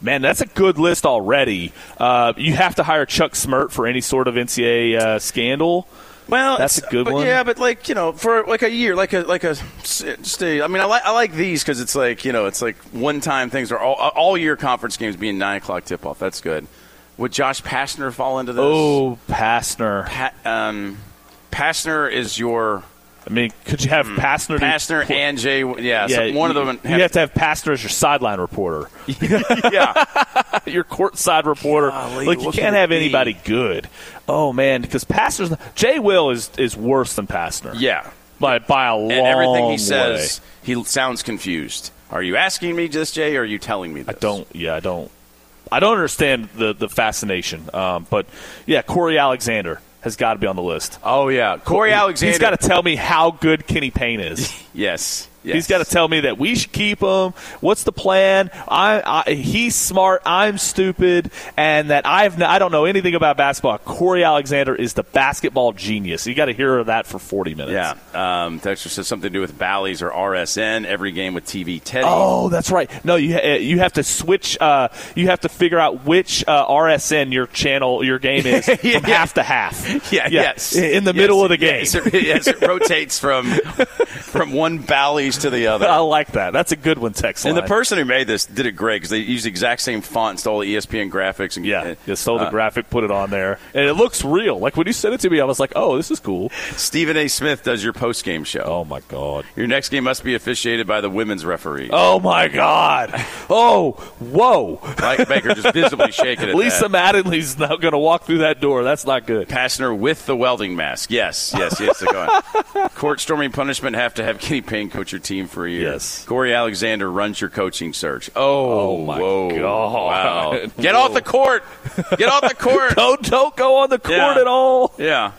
Speaker 3: Man, that's a good list already. Uh, you have to hire Chuck Smurt for any sort of NCAA uh, scandal.
Speaker 2: Well,
Speaker 3: that's a
Speaker 2: it's-
Speaker 3: good
Speaker 2: but
Speaker 3: one.
Speaker 2: Yeah, but like you know, for like a year, like a like a stay. I mean, I like I like these because it's like you know, it's like one time things are all all year conference games being nine o'clock tip off. That's good. Would Josh Pastner fall into this?
Speaker 3: Oh, Pastner.
Speaker 2: Pa- um, Pastner is your.
Speaker 3: I mean, could you have Pastner? do-
Speaker 2: Hmm. Pastner and Jay? Yeah, so one
Speaker 3: you-
Speaker 2: of them.
Speaker 3: You have to have Pastner as your sideline reporter.
Speaker 2: yeah,
Speaker 3: your courtside reporter. like you can't
Speaker 2: what could it
Speaker 3: have
Speaker 2: be?
Speaker 3: anybody good. Oh man, because Pastner's not- Jay Will is is worse than Pastner.
Speaker 2: Yeah.
Speaker 3: by by a long
Speaker 2: and everything
Speaker 3: way.
Speaker 2: he says, he sounds confused. Are you asking me this, Jay? Or are you telling me this? I
Speaker 3: don't. Yeah, I don't. I don't understand the the fascination. Um, but yeah, Corey Alexander has got to be on the list.
Speaker 2: Oh yeah, Corey Alexander.
Speaker 3: He's got to tell me how good Kenny Payne is.
Speaker 2: Yes. yes.
Speaker 3: He's got to tell me that we should keep him. What's the plan? I, I he's smart. I'm stupid, and that I've n- I don't know anything about basketball. Corey Alexander is the basketball genius. You got to hear that for 40 minutes.
Speaker 2: Yeah. Um, Texture says something to do with Bally's or RSN. Every game with TV Teddy.
Speaker 3: Oh, that's right. No, you ha- you have to switch. Uh, you have to figure out which uh, RSN your channel, your game is from half to half.
Speaker 2: Yeah, yes.
Speaker 3: in the
Speaker 2: Yes,
Speaker 3: middle of the game.
Speaker 2: yes, it- yes, it rotates from from one Bally's to the other.
Speaker 3: I like that. That's a good one, Tex.
Speaker 2: And the
Speaker 3: line.
Speaker 2: person who made this did it great because they used the exact same font, stole the E ESPN graphics, and uh, yeah,
Speaker 3: just stole the graphic, put it on there, and it looks real. Like when you sent it to me, I was like, "Oh, this is cool."
Speaker 2: Stephen A. Smith does your post game show. Oh
Speaker 3: my god!
Speaker 2: Your next game must be officiated by the women's referee.
Speaker 3: Oh my God! Oh, whoa!
Speaker 2: Mike Baker just visibly shaking at
Speaker 3: Lisa
Speaker 2: that.
Speaker 3: Mattingly's now going to walk through that door. That's not good.
Speaker 2: Passner with the welding mask. Yes, yes, yes. they're going. Court storming punishment have to have Kenny Payne coach your team for a year. Yes. Corey Alexander runs your coaching search. Oh, my
Speaker 3: God.
Speaker 2: Wow. Get off the court. Get off the court.
Speaker 3: don't don't go on the court
Speaker 2: Yeah.
Speaker 3: at all.
Speaker 2: Yeah.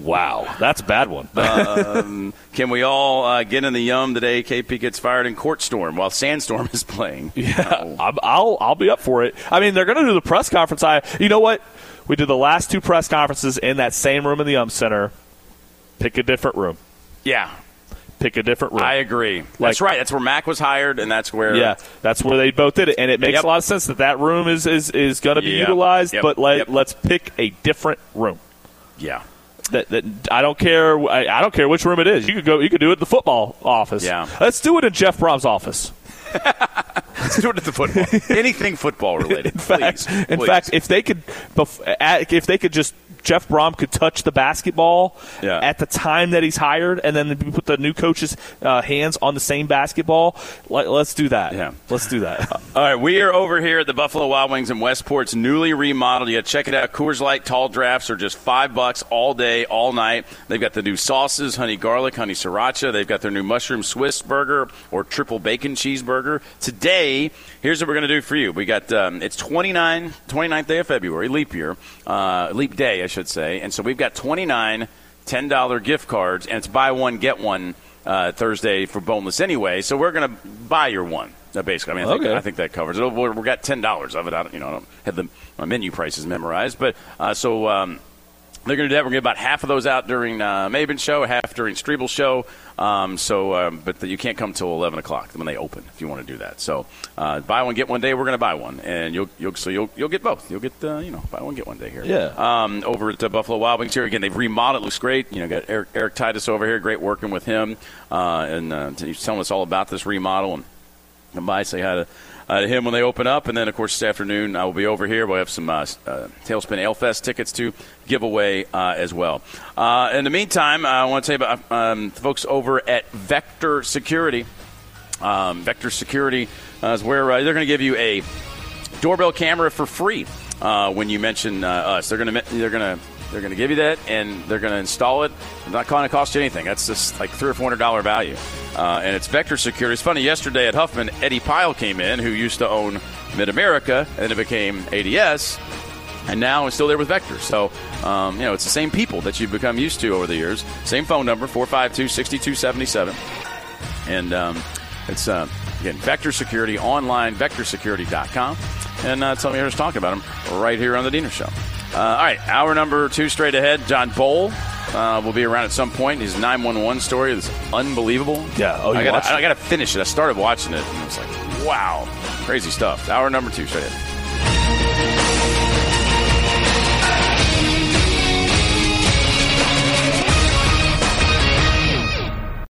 Speaker 3: Wow, that's a bad one.
Speaker 2: um, can we all uh, get in the yum today? KP gets fired in court storm while Sandstorm is playing.
Speaker 3: Yeah, I'm, I'll I'll be up for it. I mean, they're going to do the press conference. I you know what? We did the last two press conferences in that same room in the UM Center. Pick a different room.
Speaker 2: Yeah.
Speaker 3: Pick a different room.
Speaker 2: I agree. that's right. That's where Mac was hired, and that's where
Speaker 3: Yeah, that's where they both did it, and it makes
Speaker 2: Yep.
Speaker 3: a lot of sense that that room is is, is going to be
Speaker 2: Yeah.
Speaker 3: utilized.
Speaker 2: Yep.
Speaker 3: But let, let's pick a different room.
Speaker 2: Yeah.
Speaker 3: That, that I don't care. I, I don't care which room it is. You could go. You could do it in the football office.
Speaker 2: Yeah.
Speaker 3: Let's do it in Jeff Brom's office.
Speaker 2: Let's do it at the football. Anything football related.
Speaker 3: In fact, in fact, if they could, bef- at- if they could just Jeff Brom could touch the basketball
Speaker 2: Yeah.
Speaker 3: at the time that he's hired, and then put the new coach's uh, hands on the same basketball. Let, let's do that. Yeah, let's do that.
Speaker 2: All right, we are over here at the Buffalo Wild Wings in Westport's newly remodeled. You got to check it out. Coors Light tall drafts are just five bucks all day, all night. They've got the new sauces, honey garlic, honey sriracha. They've got their new mushroom Swiss burger or triple bacon cheeseburger. Today, here's what we're going to do for you. We got um, it's 29, 29th day of February, leap year, uh, leap day, I should say, and so we've got 29 $10 gift cards, and it's buy one, get one uh, Thursday for boneless anyway. So we're going to buy your one, uh, basically. I mean, I think,
Speaker 3: Okay.
Speaker 2: I think that covers it. Oh, We've got $10 of it. I don't, you know, I don't have the my menu prices memorized, but uh, so. Um, they're going to do that. We're going to get about half of those out during uh, Maven show, half during Strebel show. Um, so, um, but you can't come till eleven o'clock when they open if you want to do that. So, uh, buy one get one day. We're going to buy one, and you'll, you'll so you'll you'll get both. You'll get uh, you know buy one get one day here.
Speaker 3: Yeah.
Speaker 2: Um, over at the Buffalo Wild Wings here again, they've remodeled. It looks great. You know, got Eric, Eric Titus over here. Great working with him, uh, and uh, he's telling us all about this remodel and come by, say hi to, uh, to him when they open up. And then, of course, this afternoon I will be over here. We'll have some uh, s- uh, Tailspin Ale Fest tickets to give away uh, as well. Uh, in the meantime, I want to tell you about um, the folks over at Vector Security. Um, Vector Security uh, is where uh, they're going to give you a doorbell camera for free uh, when you mention uh, us. They're going to they're going to they're going to give you that, and they're going to install it. It's not going to cost you anything. That's just like three or four hundred dollar value, uh, and it's Vector Security. It's funny. Yesterday at Huffman, Eddie Pyle came in, who used to own Mid America, and it became ADS. and now is still there with Vector. So, um, you know, it's the same people that you've become used to over the years. Same phone number, 452 6277. And um, it's, uh, again, Vector Security online, vectorsecurity.com. And uh, tell me who's talking about them right here on The Diener Show. Uh, all right, hour number two straight ahead. John Bowl uh, will be around at some point. His 911 story is unbelievable.
Speaker 3: Yeah, oh, you
Speaker 2: I gotta,
Speaker 3: watched it?
Speaker 2: I got to finish it. I started watching it, and I was like, wow, crazy stuff. Hour number two straight ahead.